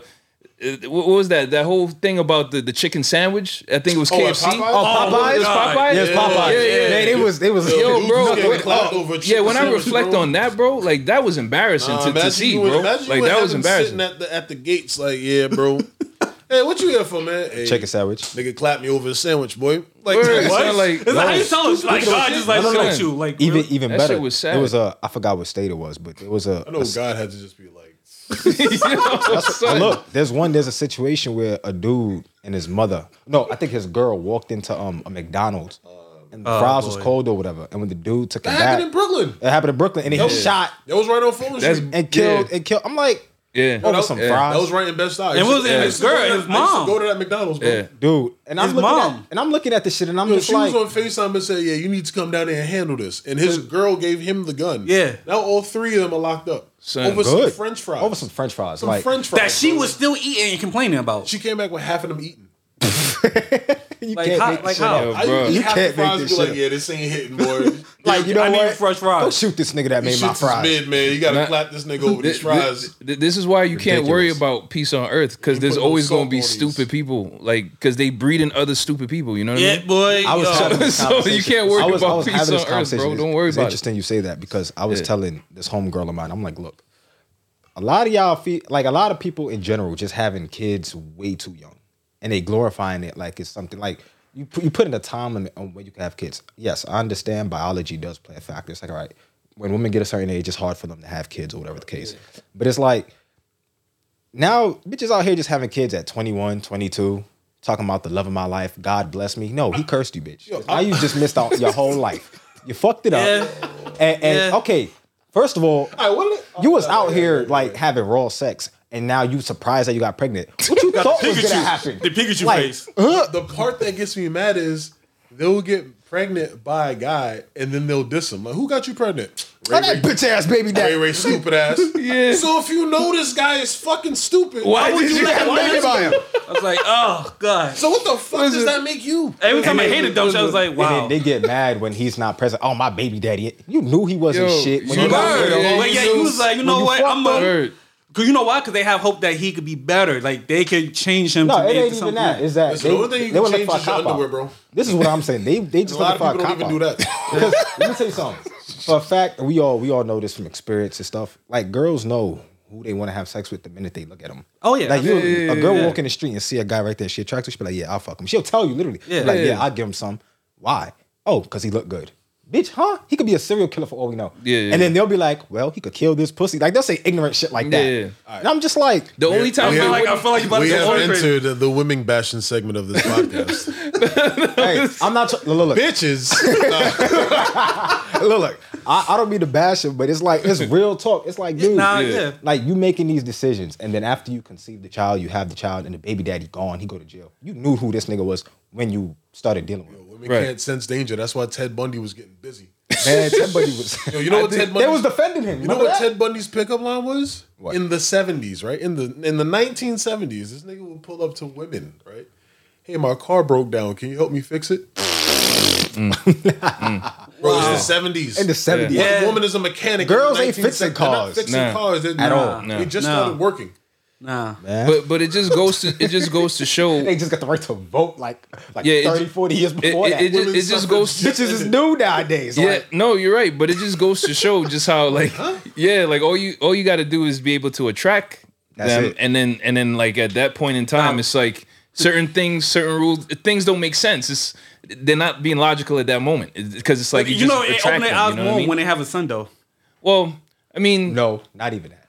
what what was that? That whole thing about the, the chicken sandwich? I think it was
Oh, at
KFC.
Popeyes?
Oh,
Oh,
Popeyes.
It was
God.
Popeyes.
Yes, Popeyes.
Yeah, yeah.
Man, it was it was.
Yo,
dude,
bro,
just getting
what-
clapped over a
Yeah,
chicken
when I
sandwich,
reflect
bro.
on that, bro, like that was embarrassing
Nah,
to, to
imagine
see,
you,
bro.
imagine you
Like
and
that was
Evan
embarrassing.
Sitting at the at the gates, like, yeah, bro. hey, what you here for, man? Hey,
Chicken sandwich.
Nigga, clap me over a sandwich, boy. Like,
Word,
what?
son, like,
it's like, how you tell us? Like, God just like
No, no, no.
shot you, like
Even
really?
even
That
better.
shit was sad.
It was a I forgot what state it was, but it was a.
I know
a-
God had to just be like,
Son.
look, there's one. There's a situation where a dude and his mother. No, I think his girl walked into um a McDonald's. And
Oh,
the fries was
boy.
cold or whatever, and when the dude took it
that happened in
back,
Brooklyn.
it happened in Brooklyn, and he
That was-
shot
That was right on Fulton
That's-
Street.
and killed
Yeah.
and killed. I'm like,
yeah,
over some
yeah.
fries.
That was right in Best Eye.
It wasn't
I
his
used to go
girl,
to that-
his
I used to
mom.
Go to that McDonald's, bro.
Yeah.
dude, and I'm
His
looking at,
mom.
and I'm looking at this shit, and I'm
Yo,
just
she
like,
was on FaceTime and said, Yeah, you need to come down there and handle this. And his girl gave him the gun.
Yeah.
Now all three of them are locked up.
Son,
over some
good
French fries.
over oh, some French fries,
Some
like
French fries.
that she
bro.
was still eating and complaining about.
She came back with half of them eaten.
you
Like,
can't
how-
make
like
shit
how?
up.
Yo,
I
bro.
used to
You
half
can't
the
make
fries and
this
be
shit
like,
up.
Yeah, this ain't hitting, boy.
Like you know
I need
what?
fresh fries.
Don't shoot this nigga that made my
Shit's is
fries.
mid, man. You gotta
Nah.
clap this nigga over
Th-
these fries.
th- th- this is why you can't worry
Ridiculous.
about peace on earth because
You
there's
put no
always
salt
gonna be
on these.
stupid people, like because they breed in other stupid people. You know what I
yeah,
mean?
boy.
I was
yo.
having this
So
conversation.
you can't worry about peace on earth, bro.
It's-
Don't worry
it's
about it.
interesting you say that because I was telling this homegirl of mine, I'm like, look, a lot of y'all feel like a lot of people in general just having kids way too young, and they glorifying it like it's something like. You put, you put in a time limit on when you can have kids. Yes, I understand biology does play a factor. It's like, all right, when women get a certain age, it's hard for them to have kids or whatever the case. But it's like, now bitches out here just having kids at 21, 22, talking about the love of my life. God bless me. No, he cursed you, bitch. now you just missed out your whole life. You fucked it up.
Yeah.
And, and
Yeah.
okay, first of all,
All right, what did it-
you was out here like having raw sex, and now you surprised that you got pregnant. What you thought was gonna
Pikachu.
happen?
The Pikachu
Like,
face.
the part that gets me mad is they'll get pregnant by a guy and then they'll diss him. Like, who got you pregnant? Ray
Let that bitch ass baby
Ray,
daddy.
Ray, stupid ass.
Yeah.
So if you know this guy is fucking stupid,
Why
would
did you
let
have
him
baby
marry
by
him?
I was like, oh god.
So what the fuck does that make you?
Every time I hated them, I was like,
And
wow.
then they get mad when he's not present. Oh, my baby daddy. You knew he wasn't
Yo,
shit. When
you
you got
learn.
rid of him.
Yeah,
Well, yeah,
you
he was
lose.
like, you know
you
what?
fucked
I'm a.
Word.
Cause you know why? Cause they have hope that he could be better. Like they could change him.
No,
to
it
be- to
ain't even
something.
that. Is that
Listen, the only thing you
they
can
were
change
looking for a
is your
cop-out.
underweer, bro.
This is what I'm saying. They they just
A lot
looking
of
for a
people don't even
cop
do that.
Because let me tell you something. For a fact, we all we all know this from experience and stuff. Like girls know who they want to have sex with the minute they look at them.
Oh, yeah.
like you,
Yeah,
a girl walk in the street and see a guy right there. She attracted. She be like, yeah, I'll fuck him. She'll tell you literally.
Yeah.
like yeah,
Yeah.
I'll give him some. Why? Oh, because he looked good. Bitch, huh? He could be a serial killer for all we know.
Yeah, yeah,
and then they'll be like, well, he could kill this pussy. Like, they'll say ignorant shit like that.
Yeah, yeah.
And I'm just like,
The only time
we
I
have-
wouldn't-
I feel like you about to
we
go
have
all crazy.
entered the women bashing segment of this podcast.
hey, I'm not. Tr- look, look,
Bitches.
look, look. I, I don't mean to bash him, but it's like, it's real talk. It's like, dude.
Nah,
Yeah.
yeah.
Like you making these decisions, and then after you conceive the child, you have the child, and the baby daddy gone, he go to jail. You knew who this nigga was when you started dealing with. him.
Women
Right.
can't sense danger. That's why Ted Bundy was getting busy.
Man, Ted Bundy was.
Yo, you know what Ted Bundy?
they was defending him.
You know
remember
what
that?
Ted Bundy's pickup line was?
What?
In the seventies, right? In the in the nineteen seventies, this nigga would pull up to women, right? Hey, my car broke down. Can you help me fix it? Bro, it's the seventies.
Mm. in the seventies?
Yeah.
woman is a mechanic.
Girls
in the
ain't fixing
1970s. They're not
cars.
fixing
Nah.
cars They're-
At all.
They just
Nah.
started working.
Nah.
But but it just goes to it just goes to show
They just got the right to vote like like
Yeah, it-
30, 40 years before
it-
that.
it just-
Women's
it just
suffrage
goes-
just
Bitches is
ended.
new nowadays.
Yeah,
Like,
no, you're right, but it just goes to show just how like yeah, like all you all you got to do is be able to attract
That's
them,
it.
and then and then like at that point in time, it's like certain things, certain rules, things don't make sense. It's they're not being logical at that moment because it's like
You,
you, just
know, it
attract
open their
them,
eyes
you know what
more
I mean?
when they have a son, though.
well, I mean,
no, not even that.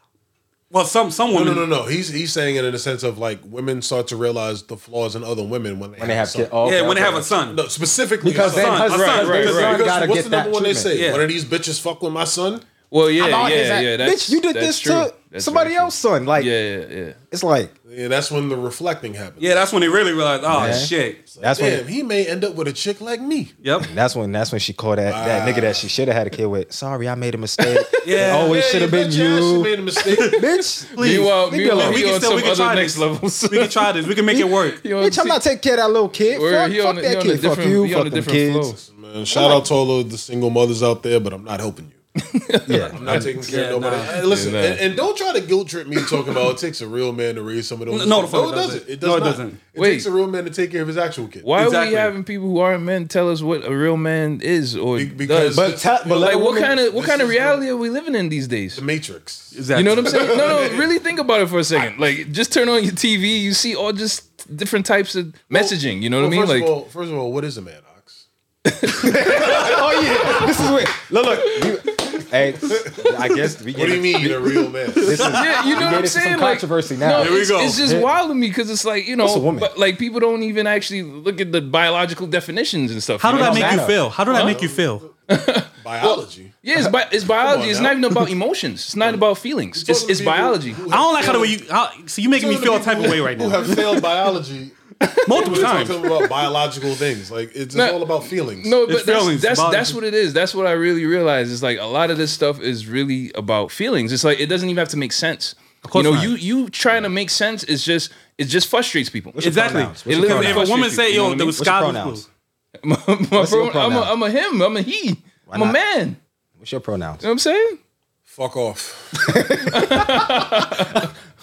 Well, some some
No,
women.
no, no,
Mm.
no. He's he's saying it in the sense of like women start to realize the flaws in other women when they
When they have
some-
kids. Oh,
Yeah,
okay,
when they
okay.
have a son.
No, specifically
Because
a
then
son.
husband,
Right,
husband,
right,
his
right.
son
Because
gotta
what's
get
the
that
number one they
treatment.
say?
Yeah.
One of these bitches fuck with my son.
well, yeah,
I'm
yeah,
out his ass.
yeah. That's,
Bitch, you did
that's
this
true.
to
That's
somebody
very true.
else's son. Like,
Yeah, yeah, yeah.
it's like
Yeah, that's when the reflecting happens.
Yeah, that's when they really realize, oh
Yeah.
shit.
that's
Damn,
when
he may end up with a chick like me.
Yep.
that's when that's when she called that, that nigga that she should have had a kid with. Sorry, I made a mistake.
Yeah.
it always
Hey,
should have
bitch
been
ass, she
you,
made a mistake.
bitch. Please,
Meanwhile,
leave me
meanwhile,
alone.
We
he
can
on
still-
some
we can try
other
this.
next levels.
We can try this. We can make it work.
He on
Bitch,
se-
I'm not taking care of that little kid.
word,
fuck
he on
fuck
a- he
that
on a
kid. Fuck
different-
you.
he on a
Fuck them
different
kids.
flow.
Man, shout out to all of the single mothers out there, but I'm not helping you.
Yeah.
I'm not taking care
yeah,
of nobody.
nah.
Hey, listen,
Yeah, nah.
and, and don't try to guilt trip me talking about it takes a real man to raise some of those.
No, the
kids.
fuck
no,
it
it
doesn't.
doesn't. It does
No, it
not.
doesn't.
It
Wait.
takes a real man to take care of his actual kid.
Why are we
Exactly.
having people who aren't men tell us what a real man is or
Be- because-
does?
But ta- but let
like
a
what
woman-
kind of what
This
kind of
is the-
reality are we living in these days?
The Matrix.
Exactly.
You know what I'm saying? No, no. Really think about it for a second. Like, just turn on your TV. You see all just different types of messaging. You know what
Well, first
I mean?
of
Like,
all, first of all, what is a man ox?
Oh yeah, this is weird. Look, look, you, hey, I guess we
What do you mean a real man?
This is,
yeah, you know what
get
I'm
into some
saying? Like,
controversy now.
No,
Here we
it's,
go.
it's just
Yeah.
wild to me because it's like you
What's a
know,
woman?
but like people don't even actually look at the biological definitions and stuff.
How did
you know?
that make you
matter.
feel? How did that make you feel?
Biology.
Yeah, it's, bi- it's biology. It's
now.
not even about emotions. It's not about feelings. It's, it's biology.
I don't like how the way you. How, so you making me feel a type of way right
Who
now.
have failed biology?
Multiple
We're
times.
talking about biological things. Like it's, it's
No.
all about feelings.
No,
It's
but that's,
feelings,
that's
body.
that's what it is. That's what I really realized. It's like a lot of this stuff is really about feelings. It's like it doesn't even have to make sense.
course
you know,
not.
you you trying to make sense is just it just frustrates people.
Exactly.
pronouns? What's
It
your
literally-
pronouns?
If a woman say,
You know what I
"Yo, the
mean?
What's your
sky was blue,"
pronouns?
My
your
pronoun? I'm, a,
pronoun?
I'm a him. I'm a he. I'm a
not?
man. You know
What's your pronouns?
what I'm saying?
Fuck off.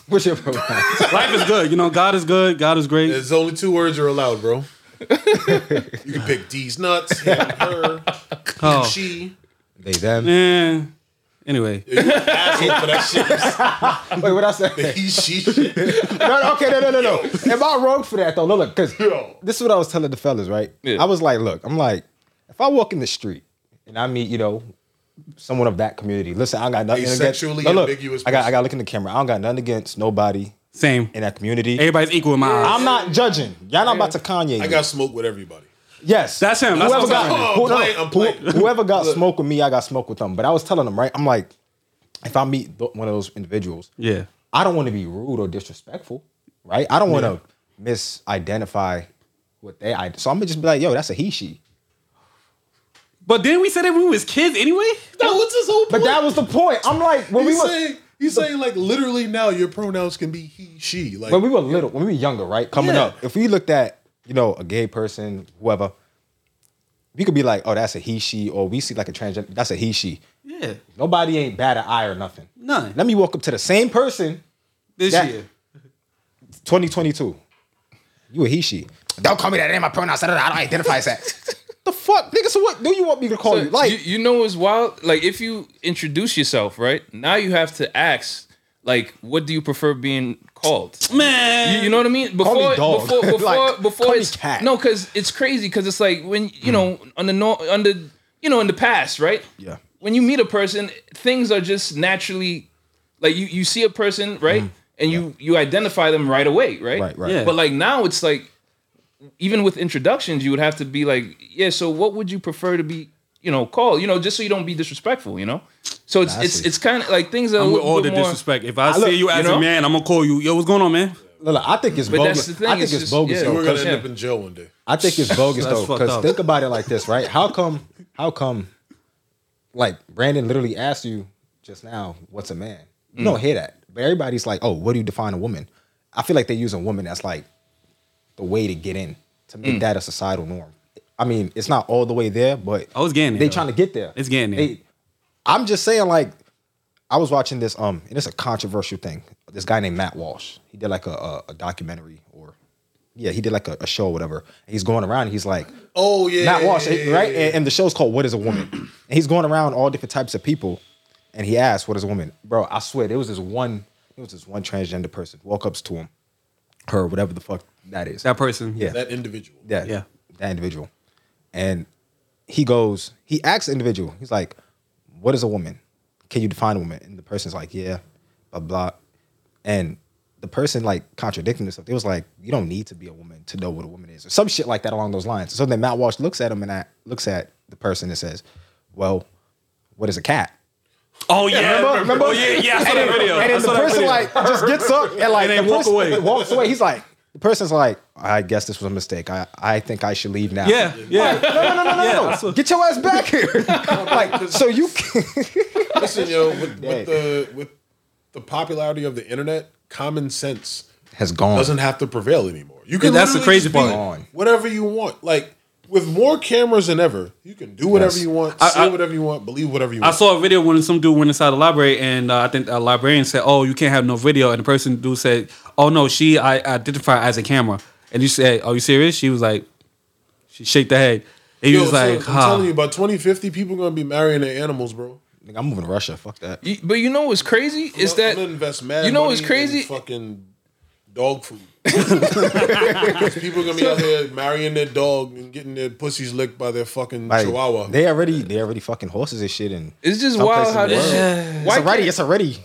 What's your pronouns?
life is good. You know, God is good. God is great.
There's only two words are allowed, bro. you can pick these nuts, him, her,
Oh,
she.
they them. Wait,
eh. Anyway,
Asshole for that shit.
what I said?
He, she. shit.
No, no, okay, no, no, no, no. Am I wrong for that though? No, look, because
Yo.
this is what I was telling the fellas, right?
Yeah.
I was like, look, I'm like, if I walk in the street and I meet, you know, someone of that community, listen, I don't got nothing
A
against
sexually
No, look,
ambiguous
I got, I
person.
got to look in the camera. I don't got nothing against nobody
same.
in that community.
Everybody's equal in my eyes.
I'm not judging. Y'all not about to Kanye.
I
me.
got smoke with everybody.
Yes,
That's him. That's
whoever
what I'm
got
saying.
who-
Oh, I'm
no, no,
playing, I'm
who-
playing.
whoever got smoke with me, I got smoke with them. But I was telling them right. I'm like, if I meet th- one of those individuals,
Yeah.
I don't want to be rude or disrespectful, right? I don't want to misidentify what they. I, so I'm gonna just be like, yo, that's a he she.
But then we said that when we was kids anyway.
That was his whole
But that was the point. I'm like when we
he's
were
saying, he's saying like literally now your pronouns can be he, she. Like
when we were little, when we were younger, right? Coming
Yeah.
up, if we looked at you know a gay person, whoever, we could be like, oh, that's a he she, or we see like a transgender, that's a he she.
Yeah.
Nobody ain't bad at eye or nothing.
None.
Let me walk up to the same person,
This
That-
year.
2022. You a he she. Don't call me that. That ain't my pronouns. I don't, I don't identify as that. the fuck, nigga. So what do you want me to call you? Like,
you, you know, it's wild. Like if you introduce yourself, right now, you have to ask. Like, what do you prefer being called?
Man,
You, you know what I mean? Before,
me dog.
before, before,
Like,
before
call me
it's
cat. Hmm.
no, because it's crazy. Because it's like when you know on the no, on the you know in the past, right?
Yeah.
When you meet a person, things are just naturally like you you see a person, right? And you you identify them right away, right?
Hmm. Right, right.
Yeah.
But like now, it's like even with introductions, you would have to be like, yeah. So what would you prefer to be? You know, called? You know, just so you don't be disrespectful. You know, so it's it's
see.
it's kind of like things that
I'm
are
with all the
more,
disrespect. If I,
look-
see you as
you know?
a man, I'm gonna call you. Yo, what's going on, man?
No, no, I think it's
But that's
bogus.
the thing,
I think
it's
it's,
just-
bogus.
yeah.
though,
We're gonna
'cause
end
Yeah.
up in jail one day.
I think it's bogus
That's
though.
fucked
Because
up.
think about it like this, right? How come? How come? Like Brandon literally asked you just now, "What's a man?" You
Mm.
don't hear that, but everybody's like, "Oh, what do you define a woman?" I feel like they use a woman that's like the way to get in to
Mm.
make that a societal norm. I mean, it's not all the way there, but
Oh, it's getting there,
They
though.
trying to get there.
It's getting there.
They- I'm just saying, like, I was watching this, um, and it's a controversial thing. This guy named Matt Walsh, he did like a, a, a documentary or, yeah, he did like a, a show or whatever. He's going around, and he's like,
Oh yeah,
Matt Walsh,
yeah, yeah,
right?
yeah, yeah.
And, and the show's called "What Is a Woman," and he's going around all different types of people, and he asked, "What is a woman?" Bro, I swear, there was this one, there was this one transgender person walk up to him, her, whatever the fuck that is,
That person.
yeah,
That individual.
yeah,
Yeah.
that individual. And he goes, he asks the individual, he's like, What is a woman? Can you define a woman? And the person's like, Yeah, blah, blah. And the person like contradicting themselves, they was like, You don't need to be a woman to know what a woman is, or some shit like that along those lines. So then Matt Walsh looks at him and I looks at the person and says, Well, what is a cat?
Oh yeah.
Remember? Remember?
Oh yeah. Yeah. I saw that video.
And
I
then
saw
the
that
person
video.
like just gets up and like
And they
the
walk
person
away.
Walks away. He's like, the person's like, I guess this was a mistake. I, I think I should leave now.
Yeah. Yeah.
No, no, no, no, no,
Yeah,
no.
that's what-
Get your ass back here. like, so you can.
Listen, yo, with,
Yeah.
with the with the popularity of the internet, common sense
Has gone.
doesn't have to prevail anymore. You can.
And that's the
literally
crazy
just be
part.
Whatever you want, like with more cameras than ever, you can do whatever
Yes.
you want,
I-
say
I-
whatever you want, believe whatever you
I
want.
saw a video when some dude went inside the library, and uh, I think a librarian said, "Oh, you can't have no video." And the person dude said, "Oh no, she I identified as a camera." And you said, "Are you serious?" She was like, she shake the head. And he
Yo,
was
so
like,
I'm
"Huh."
telling you, by 2050, people gonna be marrying their animals, bro.
Nigga, I'm moving to Russia. Fuck that.
You- But you know what's crazy is
I'm
that
gonna invest mad
you know what's
money in
crazy?
Fucking dog food. 'Cause people gonna be out here marrying their dog and getting their pussies licked by their fucking
Like,
chihuahua.
They already, they already fucking horses and shit. And
It's just
Some
wild
place in
how
the
this.
world.
Shit, why
it's already,
can't-
it's already.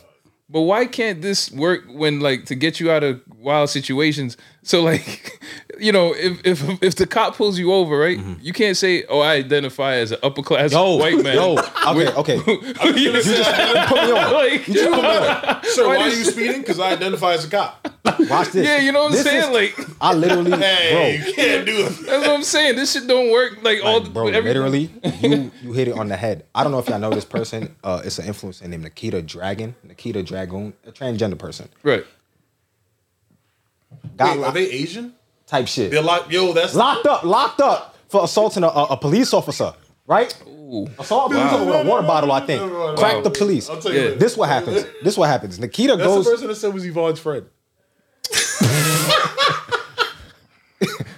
but why can't this work when like to get you out of wild situations? So like, you know, if if if the cop pulls you over, right? You can't say, "Oh, I identify as an upper class white man."
Mm-hmm. Yo, okay, okay.
you know,
Put me on.
like,
Sir, why,
Why
are
does-
you speeding? Because I identify as a cop.
Watch this.
yeah, you know what I'm
This
saying?
is-
like,
I literally,
Hey,
bro.
you can't do it.
that's what I'm saying. This shit don't work. Like, all
Bro,
every-
literally, you you hit it on the head. I don't know if y'all know this person. Uh, it's an influencer named Nikita Dragon, Nikita Dragoon, a transgender person.
right?
Got
Wait, are they Asian?
type shit.
They're like, yo, that's
locked up, locked up for assaulting a, a, a police officer, right? Assault a police officer with a water bottle, I think.
Wow.
Crack the police.
I'll tell you
Yeah.
what.
This what happens. This what happens. Nikita
That's the
goes.
person that said was Yvonne's friend.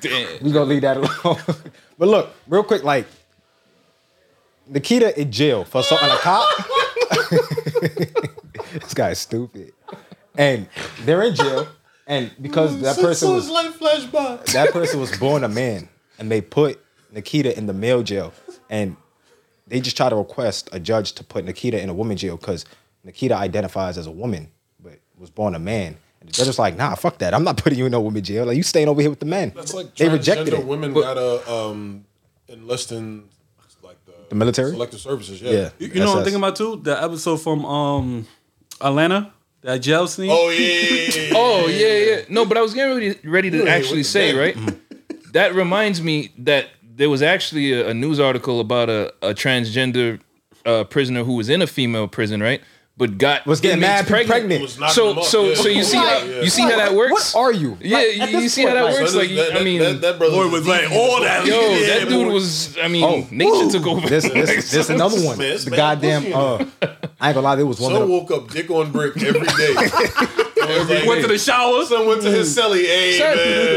Damn.
We gonna leave that alone. but look, real quick, like Nikita in jail for assaulting a cop. this guy's stupid, and they're in jail, and because
Mm,
that person was
life flashed by.
that person was born a man, and they put Nikita in the male jail, and they just try to request a judge to put Nikita in a woman jail because Nikita identifies as a woman but was born a man. And the judge was like, "Nah, fuck that. I'm not putting you in no woman jail. Like you staying over here with the men."
That's like
they rejected
transgender
it.
Women got a um, enlist in like the, the
military?
selective services. Yeah.
Yeah.
You, you know what I'm
SS.
thinking about too? The episode from um Atlanta, that jail scene.
Oh yeah. yeah, yeah, yeah.
Oh yeah, yeah. No, but I was getting ready, ready to
Yeah,
actually
what-
say
yeah.
right. that reminds me that there was actually a, a news article about a, a transgender uh, prisoner who was in a female prison, right? But got
Was getting
inmates
mad pregnant.
Was knocking
So
them up,
so
yeah.
so you see how,
Yeah.
you see how that works.
What are you?
Yeah,
Like, at
you- you
this
see how that
like-
works?
So
like,
this- that-
I mean-
that, that brother
Boy was like, all that.
Yo,
Yeah,
that dude
boy.
was. I mean, nature took over.
Oh, This, this, this another one.
Man, it's
The
bad
goddamn.
pussy.
Uh, I ain't gonna lie. There was one.
So
of the-
woke up dick on brick every day. Every-
Went to the shower.
Son went to his celly. Hey,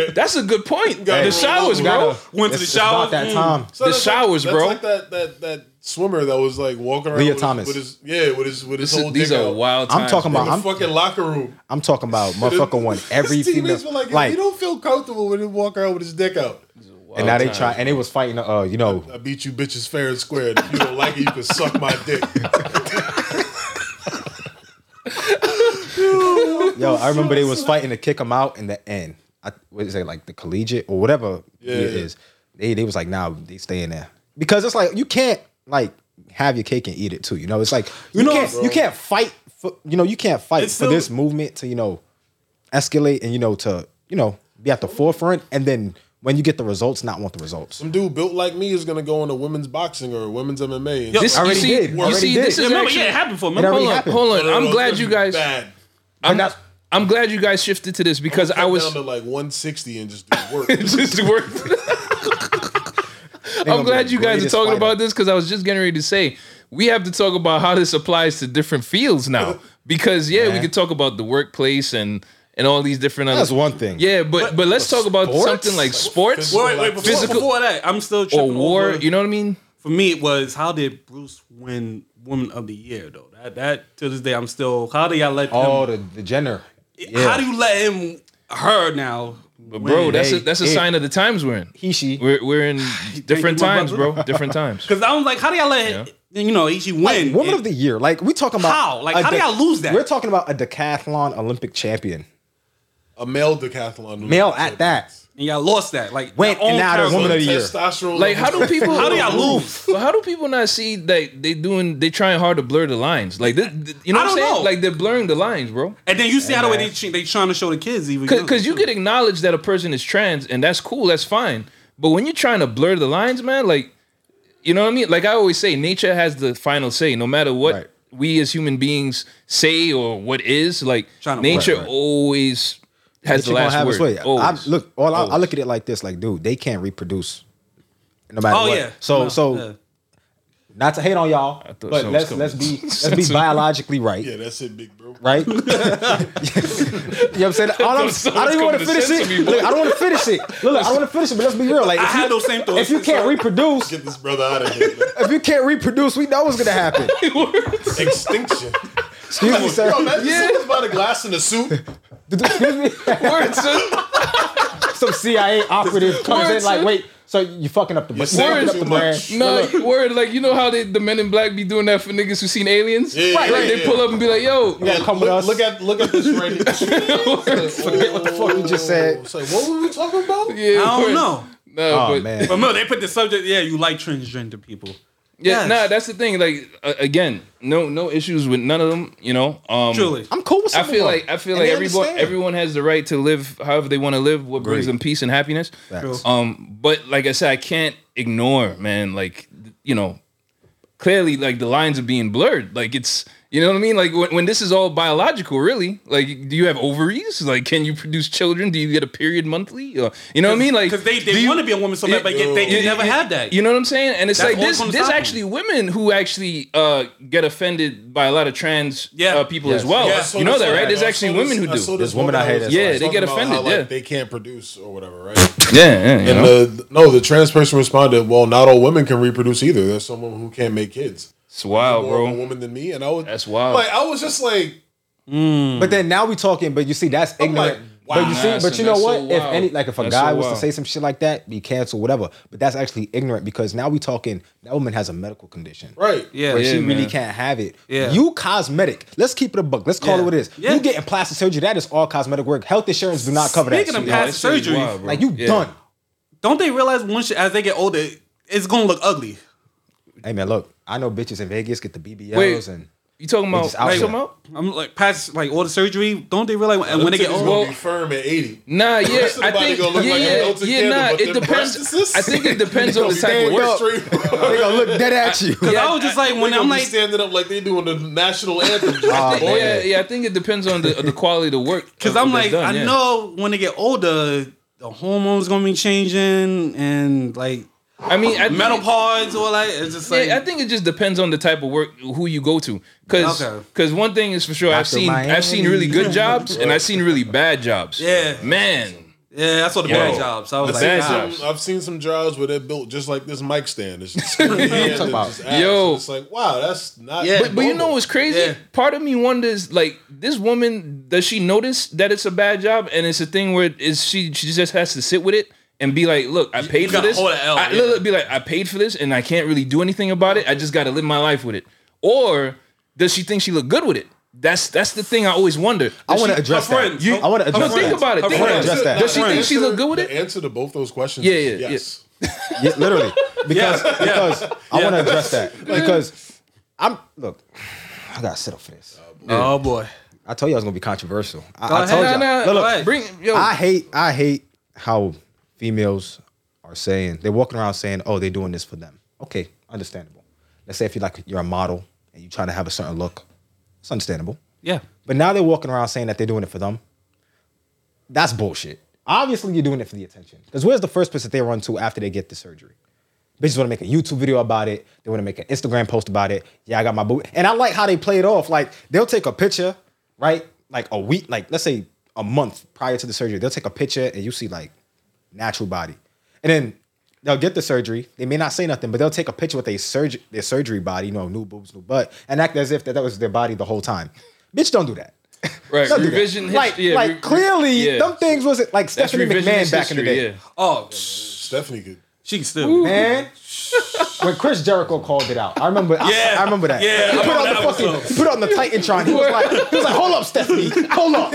man.
That's a good point.
Gotta
the
roll
showers,
over.
bro.
Went to the
It's- it's
shower.
about that time.
Son,
The
that's
showers,
like,
bro.
That's like that that that swimmer that was like walking around.
Leah
with
Thomas.
His, with his yeah, with his with his
This is-
whole
these
dick
are
out.
wild.
I'm
times,
talking
bro.
In
about-
the
I'm-
fucking locker room.
I'm talking about motherfucker won every
His
female.
teammates were like, if
like
you don't feel comfortable when you walk around with his dick out.
and now they
times,
try and they was fighting. Uh, you know,
I beat you bitches fair and square. If you don't like it, you can suck my dick.
yo, I remember they was fighting to kick him out in the end. I, what is it like the collegiate or whatever
Yeah,
it
yeah.
is? They they was like, nah, they stay in there because it's like you can't like have your cake and eat it too. You know, it's like you,
know,
can't
bro.
you can't fight for you know you can't fight
It's
for
still-
this movement to you know escalate and you know to you know be at the forefront and then when you get the results, not want the results.
Some dude built like me is gonna go into women's boxing or women's MMA. And
This,
Already
you see,
did.
You
Already
see,
did.
this is
Remember,
actually-
yeah, it happened for me.
It already
Hold on,
happened.
hold on. I'm glad you guys.
Bad.
I'm,
that's-
I'm glad you guys shifted to this because I
I was
was
down to like 160 and just do work.
just work. I'm glad you guys are talking about this because I was just getting ready to say we have to talk about how this applies to different fields now. Because yeah, we could talk about the workplace and and all these different other.
That's one thing.
Yeah, but but let's talk about
sports?
something like sports
Wait, wait, wait, before,
Physical-
before that, I'm still
or
tripping
war.
over-
You know what I mean?
for me, it was how did Bruce win Woman of the Year though? That that to this day, I'm still. How do y'all let
Oh,
him?
the, the Jenner.
How do you let him her now?
But bro, that's a,
hey,
that's a
hey.
sign of the times we're in.
He she.
We're we're in different
you, my
times,
brother.
bro. Different times.
Because I was like, how do y'all let you know she win?
Like, woman
And-
of the year. Like we talking about
How? Like,
a
how do y'all lose that?
We're talking about a decathlon Olympic champion,
A male decathlon.
male at that.
and y'all lost that. Like
Went
your own
and now the
character.
woman of the year.
Testosterone.
Like how do
levels-
people?
How do y'all lose?
But how do people not see that they doing? They trying hard to blur the lines. Like this, you know
I
what I'm
don't
saying?
know.
Like they're blurring the lines, bro.
And then you see how the way they ch- they trying to show the kids even
Because you could acknowledge that a person is trans, and that's cool, that's fine. But when you're trying to blur the lines, man, like, you know what I mean? Like I always say, nature has the final say, no matter what
Right.
we as human beings say or what is. Like
Tryna-
nature
Right, right.
always has
She
the
gonna
last
have us for
word.
you. I,
Always.
look, all I, I
Always.
look at it like this: like, dude, they can't reproduce, no matter
Oh
what.
yeah.
So,
No,
so
yeah.
not to hate on y'all,
thought
but
something
let's
was
let's be
coming.
let's be biologically right,
Yeah, that's it, big bro.
right? you know what I'm saying? All I'm,
something's
I don't even
coming
want to
to
finish
sense
it.
to me, boy.
Look, I don't want to finish it. Look, look, I don't want to finish it, but let's be real. Like,
I
if
had
you-
those same thoughts.
if you can't reproduce,
Get this brother out of here. man.
if you can't reproduce, we know what's gonna happen.
Extinction.
Excuse me,
Yo,
sir.
imagine someone's about a glass in a soup.
Excuse me.
Words, son.
some CIA operative comes in
Words,
like,
sir.
wait, so you fucking up the brand.
said
Fucking up
too
the brand.
much.
No, word like you know how they, the men in black be doing that for niggas who seen aliens.
Yeah,
like,
yeah,
They
yeah.
pull up and be like, "Yo,
gotta come with
look,
us.
look at look at this right here.
Forget what the fuck you just said.
It's like, what were we talking about?
yeah,
I
word."
don't know.
No,
Oh
but
man.
But no, they put the subject. Yeah, you like transgender people.
yeah,
Yes.
nah, that's the thing. Like uh, again, no, no issues with none of them. You know, um,
Truly,
I'm cool with
I
some
feel
of them.
like I feel
And
like
they
everyone
understand.
everyone has the right to live however they want to live. What brings
Agreed.
them peace and happiness.
Facts.
Um, but like I said, I can't ignore, man. Like you know, clearly, like the lines are being blurred. Like it's you know what I mean. Like when, when this is all biological, really. Like, do you have ovaries? Like, can you produce children? Do you get a period monthly? Or, you know what I mean? Like,
because they,
do
they
you-
want to be a woman so
Yeah,
bad, but yet they
yo.
can never have that.
you know what I'm saying? And it's
That's
like
all
this.
from the
There's
style.
actually women who actually uh, get offended by a lot of trans
Yeah.
uh, people
Yes.
as well.
Yeah, I saw
you know
this
that,
one.
right? There's
I
actually
saw this-
women who
I
do.
saw this
There's women out here
that was,
that's
Yeah,
like,
they get
talking about
offended, yeah.
like, they can't produce or whatever, right?
Yeah, yeah. You
And
know?
the, no, the trans person responded, "Well, not all women can reproduce either. There's someone who can't make kids.
It's wild,
More of a
Oh, bro.
woman than me, and I was
That's wild.
Like I was just like,
But then now we talking, but you see, that's ignorant.
like,
But you
wow.
see,
Nah,
but
son,
you know
that's
what?
so
if
wild.
any, like, if a
That's
guy
so
was to
wild.
say some shit like that, be canceled, whatever. But that's actually ignorant because now we talking. That woman has a medical condition,
right?
yeah,
Where
Yeah,
she really
man.
can't have it.
Yeah.
You cosmetic. Let's keep it a buck. Let's call
Yeah.
it what it is.
Yeah.
You getting plastic surgery? That is all cosmetic work. Health insurance do not cover that.
Speaking of
sweetheart.
plastic surgery,
like you done.
don't they realize once as they get older, it's gonna look ugly?
Hey man, look, I know bitches in Vegas get the BBLs
Wait.
and
You talking about?
just out
you
there.
talking about?
I'm like past like all the surgery. Don't they realize and when they get
Titties
older?
gonna be firm at eighty.
Nah, yeah,
rest of the
I
body
think,
gonna look
yeah,
like a
yeah,
melted
yeah,
candle,
nah,
but
it
them
depends.
breasts-
I think it depends on the type of
stand
work.
up.
Straight,
they gonna look dead at you.
Cause I was just like when
They
I'm
gonna be
like
standing up like they doing the national anthem. Just
Oh,
Ah,
boy,
Yeah, yeah, I think it depends on the the quality of the work.
because
uh,
I'm
that's
like
done,
I
yeah.
know when they get older, the hormones gonna be changing and like
I mean, I think
metal
it-
pods or like it's just like
Yeah, I think it just depends on the type of work who you go to. Cause,
Okay.
'cause one thing is for sure, I've
Dr.
seen
Miami.
I've seen really good jobs and I've seen really bad jobs.
Yeah.
man.
yeah, I saw the
Yo.
bad jobs. I was
The
like,
bad
nah.
jobs.
Some- I've seen some jobs where they're built just like this mic stand. It's just skinny hands and
about?
just ass.
Yo.
it's like wow, that's not.
Yeah.
But you know what's crazy?
Yeah.
Part of me wonders, like, this woman does she notice that it's a bad job and it's a thing where is she she just has to sit with it and be like, look, I paid for
gotta
this.
hold a L,
I-
yeah.
look, be like, I paid for this and I can't really do anything about it. I just got to live my life with it. Or does she think she look good with it? That's that's the thing I always wonder.
I want to
Does she-
address
her
that.
friends. You-
I want to
No,
address
think
that.
about it. Think
friend
about it.
address that.
Does she think she look good with
The
it?
answer to both those questions.
Yeah,
is
yeah,
yes.
Yeah, literally. Because because I want to address that because I'm look. I gotta sit up for this.
Oh boy.
I told you I was gonna be controversial. I, I
ahead.
told
Nah,
you.
nah,
look, look,
go ahead.
Bring yo.
I hate I hate how females are saying they're walking around saying, "Oh, they're doing this for them." Okay, understandable. Let's say if you like you're a model and you're trying to have a certain look, it's understandable.
Yeah.
But now they're walking around saying that they're doing it for them. That's bullshit. Obviously, you're doing it for the attention. Because where's the first person they run to after they get the surgery? Bitches want to make a YouTube video about it. They want to make an Instagram post about it. Yeah, I got my boo. And I like how they play it off. Like they'll take a picture, right? Like a week, like let's say a month prior to the surgery, they'll take a picture and you see like natural body. And then they'll get the surgery. They may not say nothing, but they'll take a picture with a surg- their surgery body, you know, new boobs, new butt, and act as if that, that was their body the whole time. Bitch, don't do that.
Right,
Don't do that.
revision his-
Like,
yeah,
like
re-
clearly,
yeah.
them things wasn't like
That's
Stephanie
revisionist
McMahon back in the
history,
day.
yeah.
Oh,
Stephanie could.
she can still.
Man, when Chris Jericho called it out, I remember. I-
Yeah.
I, remember that.
Yeah,
he
I
put
remember
on the
that
fucking,
episode.
he put on the Titantron. He was like, he was like, hold up, Stephanie, hold up.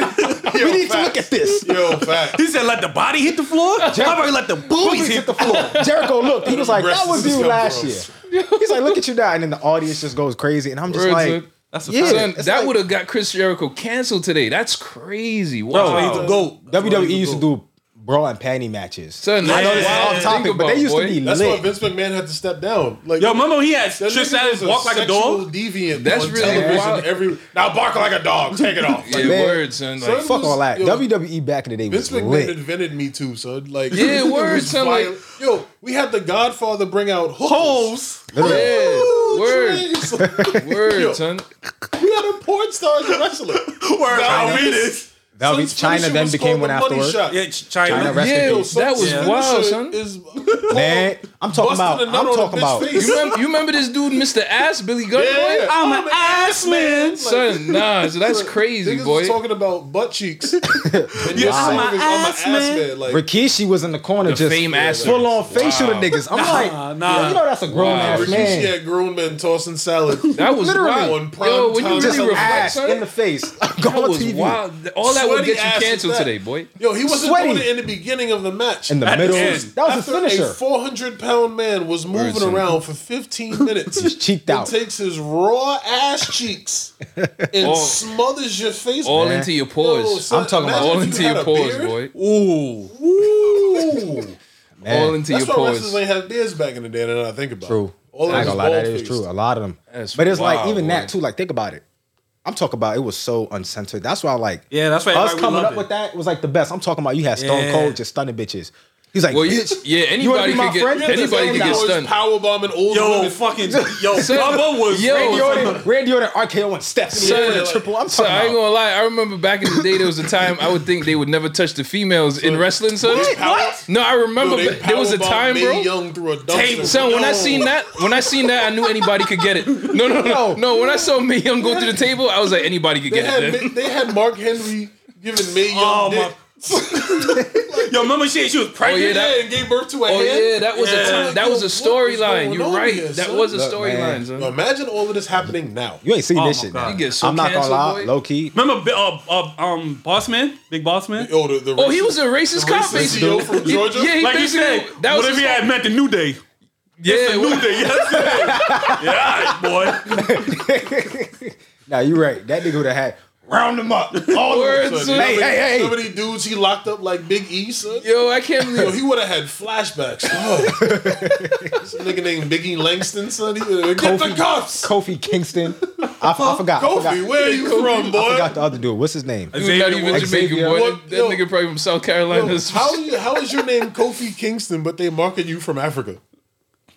we need to look at this.
Yo, fact.
He said, "Let the body hit the floor." How about you let the
Boobies
boobies
hit
hit
the floor. Jericho looked. He was like, that
Breasts
was
is
you
so
last
gross.
year. He's like, look at you now, and then the audience just goes crazy, and I'm just
Words, uh,
like,
son.
That's a
yeah,
fact.
Son,
it's
that
like-
would have got Chris Jericho canceled today. That's crazy. Wow.
Bro, he's the goat.
E
WWE E used to do bra and panty matches.
Son,
I
that's
know this is
wild to
off
think
topic, but
about,
they used
boy.
to be
That's
lit.
why Vince McMahon had to step down. Like,
Yo, remember he had
that
Trish
nigga
Stratus
was a
walk like a
sexual
dog.
Deviant.
That's
on
really
television
wild.
Every now bark like a dog. Take it off. Like,
yeah,
man.
words, son. Like,
Son,
Fuck all that.
Yo,
WWE back in the day
Vince
was
McMahon
lit.
invented Me Too, son. Like,
Yeah,
it was
word, son,
wild.
like-
yo, we had the Godfather bring out holes.
Holes.
yeah, word,
Word.
word,
Yo.
son.
We had a porn star as a wrestler.
Word. Val Venus.
That'll be-
Son's finisher
China then
was
became
called
one
the money
afterward.
shot.
Yeah, China.
China rest-
Yeah,
Yo,
that was
Son's
wild,
finisher
son.
Is
Man, I'm talking about.
busting a nut
I'm
on a
talking
bitch
about.
face.
You remember, you remember this dude, Mr. Ass, Billy Gunn, boy?
Yeah.
I'm an ass man.
Son, nah, so that's crazy,
Niggas
boy.
was talking about butt cheeks. and you're
Wow.
saying
I'm
a
it's-
ass man.
Like,
Rikishi was in the corner just
fame ass
full on facial to
Wow.
niggas. I'm like,
nah.
you know that's a grown
Wow.
ass
Rikishi
man.
had grown men tossing salad.
That was
Literally.
On
wild.
prime
Yo, when you
time.
really
Just
Really
an
reflect,
ass
son,
in the face. Go
that
on
was
TV.
wild. All that would
Sweaty
get
ass
you
is
canceled
that.
today, boy.
Yo, he wasn't
Sweaty.
doing it in the beginning of the match.
In the
That
middle.
is-
That was a
After
finisher.
a 400 pound man was moving
Word, son.
around for 15 minutes,
He's cheeked out.
He takes his raw ass cheeks and
All-
smothers your face.
All
Yo,
into your pores.
son,
I'm talking about
imagine
all
if
into
you
your
had a
pores,
beard.
boy.
Ooh.
Ooh.
All into
That's
your
why wrestlers
pores.
ain't had beards back in the day. Now that I think about
True.
it. All of
I ain't
them
gonna lie, that is
bald-faced.
true. A lot of them.
That's
but it's like
wild,
even
boy.
that too. Like think about it. I'm talking about it was so uncensored. That's why like
Yeah, that's why
us
everybody
coming
loved
up
it.
with that was like the best. I'm talking about you had Stone
Yeah.
Cold just stunning bitches. He's like,
Well, you-
bitch,
yeah,
you wanna
anybody
be my
could get
friend?
anybody could get
Always
stunned.
Powerbombing old
Yo,
women.
fucking yo, Bubba was
Yo,
yo,
Randy Orton, Randy Orton, RKO, and Stephanie
Son,
with a triple. I'm
So
talking
I ain't
about.
gonna lie. I remember back in the day, there was a time I would think they would never touch the females in wrestling. Son,
What?
No, I remember
Yo, they
ba- there was a
powerbombed
time,
Mae
bro.
Young through a dumpster.
Son, when I
Yo.
seen that, when I seen that, I knew anybody could get it. No, no, no,
No.
no. When I saw Mae Young go through the table, I was like, anybody could
they
get it.
had
Then.
Ma- they had Mark Henry giving May Young
Oh,
dick.
my- yo, remember she she was
Oh
pregnant.
yeah, that,
and gave birth to a
oh
hand.
yeah, that was a time. That was
Yo,
a
what is
storyline.
going
You're
on
right.
here,
That
son?
was a
Look,
storyline.
man.
Yo,
Son.
imagine all of this happening now.
You ain't seen
Oh
this
my
shit.
God.
Now.
You get so
I'm not gonna
canceled,
lie,
boy.
low key.
Remember Bi- uh, uh, um Boss Man, Big Boss Man.
Yo, the, the
Oh, he was a racist
the
cop,
racist CEO
basically.
from Georgia.
Yeah, he
Like you
basically-
said,
that was
what
his-
if he had met the New Day?
yeah,
New Day, yes. yeah, all right, boy.
Now you right. That nigga would have had round him up. All
Words,
words.
son.
Hey, hey,
So
hey.
many dudes he locked up like Big E, son.
Yo, I can't
Yo,
believe.
he would have had flashbacks. Oh. Some nigga named Biggie Langston, son. He would've- Get the
Kofi-
cuffs!
Kofi Kingston. I, I forgot. I
Kofi,
forgot.
where you from, boy?
I forgot the other dude. What's his name?
He was not even
Xavier
Jamaican, boy.
Woods.
That- That
Yo.
nigga probably from South Carolina.
Yo, how, you, how is your name Kofi Kingston, but they market you from Africa?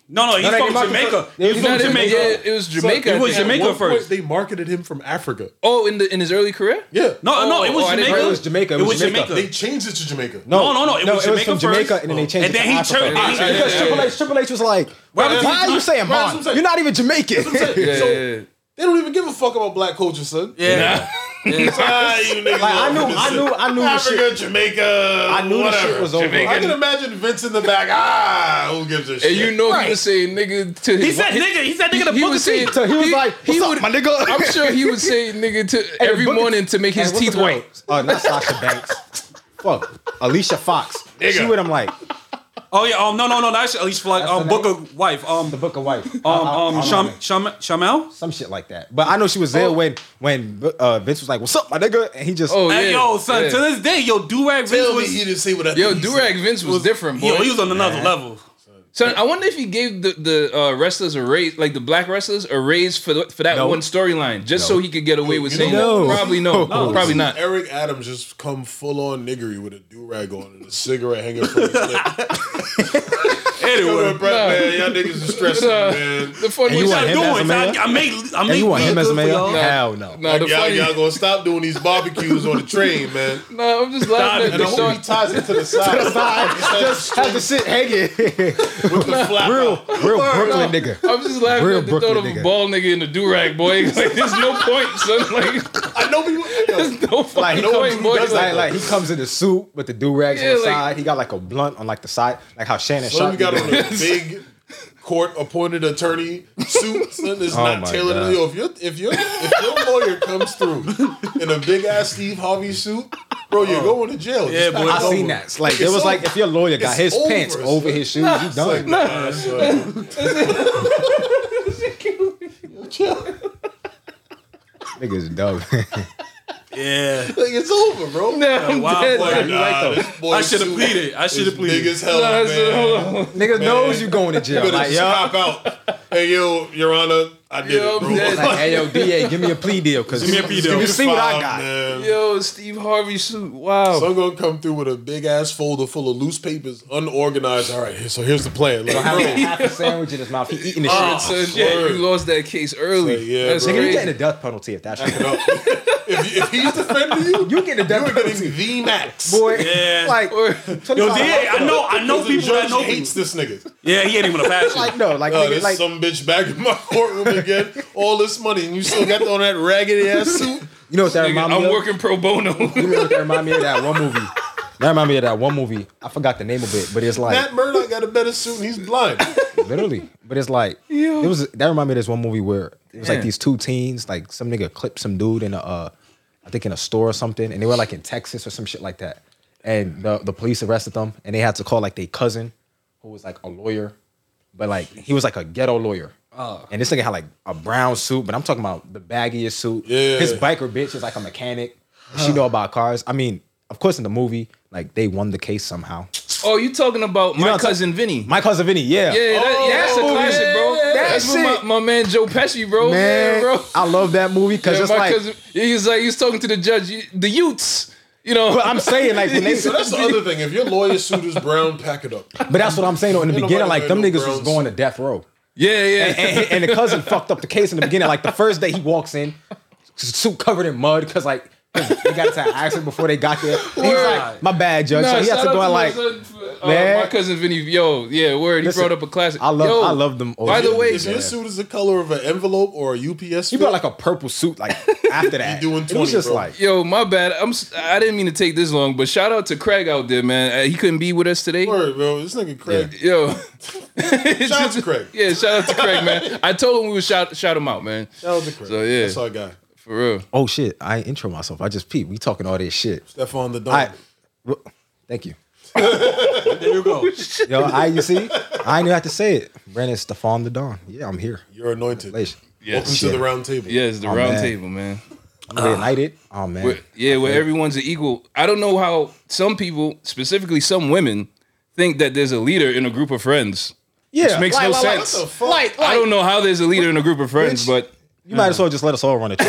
No, no, he's
they
from
market-
Jamaica.
they-
He's from
Not- yeah,
Jamaica.
it was Jamaica.
it
I
was
think.
Jamaica
At one
first.
Point, they marketed him from Africa.
Oh, in the in his early career?
Yeah.
No, no, it was
Oh, I didn't-
Jamaica.
it was Jamaica, it was Jamaica.
They changed it to Jamaica.
No, no, no, it was Jamaica
from Jamaica,
first. Oh.
and then they changed
And
it
then
to
he
Africa.
turned.
Yeah,
and
yeah,
because
he-
yeah.
Triple H, Triple H was like,
Why would
why,
he
are you
not-
saying
why is he
Bond?
saying-
You're not even Jamaican.
Yeah,
So,
yeah, yeah.
They don't even give a fuck about black culture, son.
Yeah.
Ah, you niggas
Like, I
all
knew-
fucking
I knew-
sick.
I knew the
Africa, Jamaica.
I knew the
whatever.
shit was over.
Jamaica.
I can imagine Vince in the back. Ah, who gives a shit?
And you know he was saying nigga to
He
his
said
wife.
nigga. He said nigga to
He
Booker
was
T.
saying-
So he was
He-
like,
he
what's up,
would-
my nigga?
I'm sure he would say nigga to every
Booker-
morning to make his
Hey, what's
teeth
the girl?
white.
Oh, not Sasha Banks. Fuck, Alicia Fox. She with him like
Oh yeah. Um. No. No. No. That's at least for like
That's
um
the name?
Booker wife. Um.
the Book of Wife.
Um. Um. Sham.
Shum-
Sham. Shamel.
some shit like that. But I know she was there when when uh, Vince was like, "What's up, my nigga?" And he just
Oh,
Hey,
yeah,
yo, son.
yeah.
To this day, yo, Durag Vince
tell me he
was.
didn't say what I
Yo,
think he
Durag
said.
Vince was, different, boy.
Yo, he was on another level.
Son, I wonder if he gave the the uh, wrestlers a raise, like the black wrestlers, a raise for the, for that
No.
one storyline, just so he could get away with
You
saying
know-
that.
No.
Probably no, probably not.
Eric Adams just come full on niggery with a do rag on and a cigarette hanging from his lip. Yo,
Anyway.
Brett, man, y'all niggas is stressing,
Uh,
man.
the funny,
And you
What
want
y'all
him as a
doing?
mayor?
son? I made. I
and
made.
you want him as
good for
mayor?
y'all.
Hell no.
no, the
Y'all,
funny,
y'all gonna stop doing these barbecues on the train, man.
no, I'm just laughing at
And I
the
hope he
Sean,
ties it to the side.
Just have the shit hanging.
with the flap.
real, real Brooklyn nigga.
I'm just laughing
Real
at the thought of
Brooklyn
a
nigga.
bald nigga in the do rag, boy. Like, there's no point, son. Like,
I know people. Yo,
there's no fucking
Like he,
No
comes,
point, boy.
does
like,
Like,
like he comes in the suit with the do rags
Yeah,
on the
like-
side. He got like a blunt on like the side, like how Shannon
Son,
shot.
we got on
niggas.
a big court appointed attorney suit. Son is not
Oh my
tailored.
God.
Yo, if your if your if your lawyer comes through in a big ass Steve Harvey suit, bro, you're going to jail.
Yeah, boy,
I
It's
seen that. It's Like it was like if your lawyer got
It's
his
over,
pants
son.
over his shoes, you done. Niggas dumb.
Yeah.
like it's over, bro.
I'm
Wow,
dead.
boy.
Like,
you
nah,
right,
this boy
I should have
suit
pleaded. I should
is
have pleaded.
Big as hell,
Nah, son,
man.
hold on.
Niggas knows you going to jail.
Could
Like,
have
yo,
just cop out. Hey, yo, Your Honor, I did
Yo,
it, bro.
I'm dead.
like, hey yo, DA, give me a plea deal, cause
Give me a plea deal.
You see what I got?
Man.
Yo, Steve Harvey suit. Wow.
So I'm gonna come through with a big ass folder full of loose papers, unorganized. All right, so here's the plan. Like,
Having
bro,
half a sandwich in his mouth, he eating the shit.
Son, yeah, you lost that case early.
Say, yeah,
That's
bro.
Nigga, you
crazy.
getting a death penalty if that's true.
no. if, if he's defending you,
You getting a death
you're
penalty,
getting the max.
boy.
Yeah.
Like,
Yo,
25
DA, I know, I know
The
people that
judge
know
hates
people.
this nigga.
Yeah, he ain't even a passion.
Like no, like
Oh,
nigga,
this
like
some bitch back in my courtroom again. All this money, and you still got on that raggedy ass suit.
you know what that
Nigga,
remind me
I'm
of?
working pro bono.
You know what that remind me of? That one movie. That remind me of that one movie. I forgot the name of it, but it's like
Matt Murdock got a better suit, and he's blind.
Literally, but it's like it was. That reminded me of this one movie where it was like
Damn.
these two teens, like some nigga clipped some dude in a, uh, I think in a store or something, and they were like in Texas or some shit like that, and the the police arrested them, and they had to call like their cousin, who was like a lawyer, but like he was like a ghetto lawyer.
Ah.
Oh. And this nigga had like a brown suit, but I'm talking about the baggiest suit.
Yeah.
His biker bitch is like a mechanic. She know about cars. I mean, of course, in the movie, like they won the case somehow.
Oh, you talking about
know
my
what I'm
cousin Vinny?
My cousin Vinny,
yeah, that, yeah, that's a
Oh,
classic, bro.
yeah, that
that's with
shit.
my, my man Joe Pesci, bro.
man,
Yeah, Oh, bro.
I love that movie because
Yeah,
it's
my
like,
cousin. He was like, he was talking to the judge, "You- the Utes. You know,
but I'm saying like, when they,
So that's the other thing. If your lawyer suit is brown, pack it up.
but that's what I'm saying. Though, in the
Ain't
beginning,
nobody
like them
wearing no
niggas was
Browns.
going to death row,
yeah, yeah.
and, and the cousin fucked up the case in the beginning. Like the first day he walks in, suit covered in mud because like they got into an accident before they got there. And he's like, my bad, judge. so he had
shout
to go
out
and
my
like.
son for, uh,
man.
my cousin Vinny. Yo, yeah, word. He
Listen,
brought up a classic.
I love-
Yo,
I love them
By
old
the way,
If
Yeah.
your suit is the color of an envelope or a UPS,
He brought like a purple suit like after that.
doing
it was
20,
just
bro.
like
yo, my bad. I'm. s- I didn't mean to take this long, but shout out to Craig out there, man. Uh, he couldn't be with us today.
word, bro. This nigga Craig.
Yo,
Shout out to Craig.
yeah, shout out to Craig, man. I told him we would shout shout him out, man.
Shout out to Craig.
So, yeah.
that's our guy,
For real.
oh shit, I ain't intro myself. I just peep. We talking all this shit.
Stephon the
I
Don.
thank you.
there you go.
Yo, I you see, I didn't have to say it. Brandon Stefan the Don. Yeah, I'm here.
You're anointed.
Relation.
Welcome to
Yeah.
the round table.
Yes, the
Oh,
round
man.
table, man. Uh,
We're united. Oh man.
Where- yeah, where everyone's an equal. I don't know how some people, specifically some women, think that there's a leader in a group of friends.
yeah,
which makes no
Like,
sense.
what the fuck?
I don't know how there's a leader in a group of friends,
Which-
but
You might as well just let us all run it.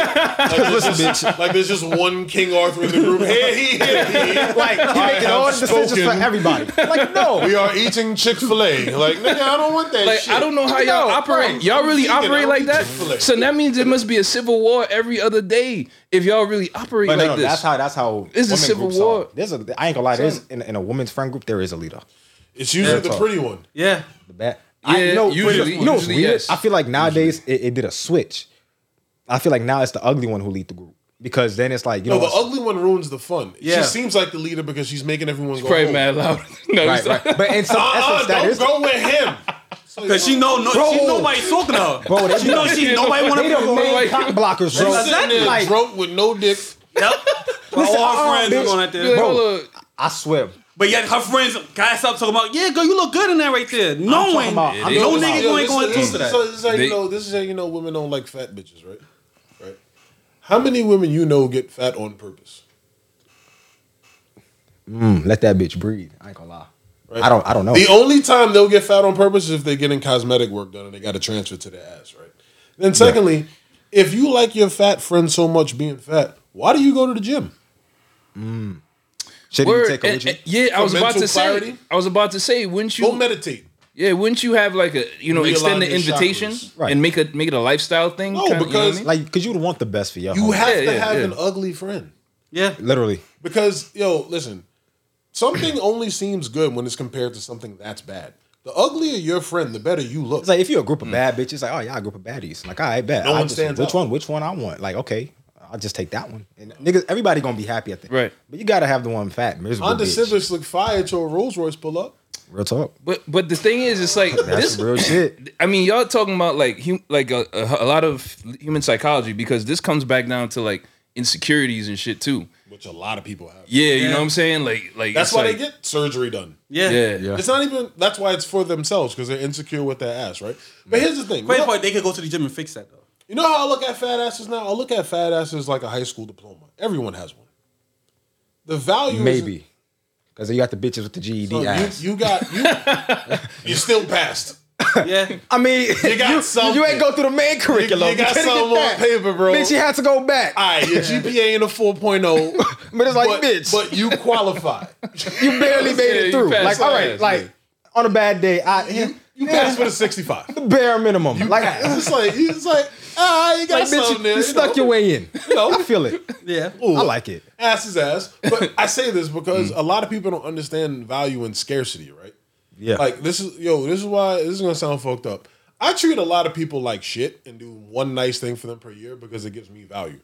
Like, there's just, like there's just one King Arthur in the group. Hey, he, he, he.
like you making all the decisions for
outspoken.
everybody. Like no,
We are eating Chick Fil A. Like, nigga, I don't want that
Like
shit.
I don't know how y'all
No,
operate.
right.
Y'all really
Vegan, I
operate
don't
like
eat
that.
Chick-fil-A.
So that means there must be a civil war every other day if y'all really operate
but
like
no, no,
this.
that's how that's how
This is
women
civil
groups
war.
are. There's a I ain't gonna lie. There's in, in a woman's friend group there is a leader.
It's usually
Yeah.
the pretty one.
Yeah.
The bad.
Yeah, usually-
you know what's
usually,
weird?
yes.
I feel like nowadays it, it did a switch. I feel like now it's the ugly one who lead the group because then it's like you
No,
know
the
what's-
ugly one ruins the fun.
Yeah.
She seems like the leader because she's making everyone go.
Pray
home.
mad loud. No,
right, right. But in some
Uh-uh,
essence, that
don't
is
go with him.
Because she know no, she nobody's talking to her.
Bro, they-
she know she
they
nobody want
they
to.
the
Bro,
main
like-
cock blockers, bro.
She's sitting there,
Like,
broke with no dick.
Yep.
Listen,
all her
uh-uh,
friends
bitch.
going at
Like,
this.
Bro.
hold up.
I swear,
But yet her friends guys stop talking about, yeah, girl, you look good in that right there. Knowing
about- I'm
no
talking
nigga
about-
going going through
this,
to
this,
that.
this is how
They-
you know. This is how you know women don't like fat bitches, right? Right. How many women you know get fat on purpose?
mm, let that bitch breathe. I ain't gonna lie.
Right.
I don't. I don't know.
The only time they'll get fat on purpose is if they're getting cosmetic work done and they got to transfer to their ass, right? Then secondly, if you like your fat friend so much being fat, why do you go to the gym?
Shit, you
Word. Eh,
take her with
And-
you.
and- yeah, I
For
was about
mental
to say.
clarity?
I was about to say. Wouldn't you?
Go meditate.
yeah, wouldn't you have like a you know extend
Realign
the
your
invitation
chakras.
Right.
and make a make it a lifestyle thing?
No,
kinda, you know what I
because,
mean?
Like, cause you would want the best for your.
You
homie.
have
Yeah,
to
yeah,
have
yeah.
an ugly friend.
Yeah.
literally.
Because, yo, listen, something only seems good when it's compared to something that's bad. The uglier your friend, the better you look.
It's like if you're a group of bad bitches, like oh yeah, a group of baddies. Like all right, bad.
Mm. No
I
one
just,
stands
Which
out.
one? Which one I want? Like okay, I'll just take that one. And niggas, everybody gonna be happy at that.
Right.
But you gotta have the one fat miserable
Honda
bitch.
Civics look fire till a Rolls Royce pull up.
Real talk.
but but the thing is, it's like
That's
this.
some real shit.
I mean, y'all talking about like hum, like a, a, a lot of human psychology because this comes back down to like insecurities and shit too.
Which a lot of people have.
Yeah, you know what I'm saying? Like like
That's
it's
why
like,
they get surgery done.
Yeah.
yeah.
Yeah.
It's not even. That's why it's for themselves because they're insecure with their ass, right? But here's the thing. You
Great
know,
point. They could go to the gym and fix that though.
you know how I look at fat asses now? I look at fat asses like a high school diploma. Everyone has one. The value is-
Maybe. Cause you got the bitches with the GED
No, you,
ass.
you got you. you still passed.
Yeah.
I mean, you,
got
you,
something.
ain't go through the main curriculum.
you got
couldn't get
something on
that.
paper, bro.
Bitch, you had to go back.
All right, your GPA in a 4.0.
But it's like,
but,
bitch.
But you qualify.
you barely made
Yeah,
it
you
through.
passed
Like
the
all right,
ass,
like on a bad day, I
You passed with a 65.
bare minimum. like
It's like, it's like, ah, you got
like, bitch,
something
you,
there.
you stuck
know.
your way in. I feel it.
Yeah.
I like it.
ass is ass. But I say this
Mm.
because a lot of people don't understand value in scarcity, right?
Yeah.
Like this is yo, this is why this is gonna sound fucked up. I treat a lot of people like shit and do one nice thing for them per year because it gives me value.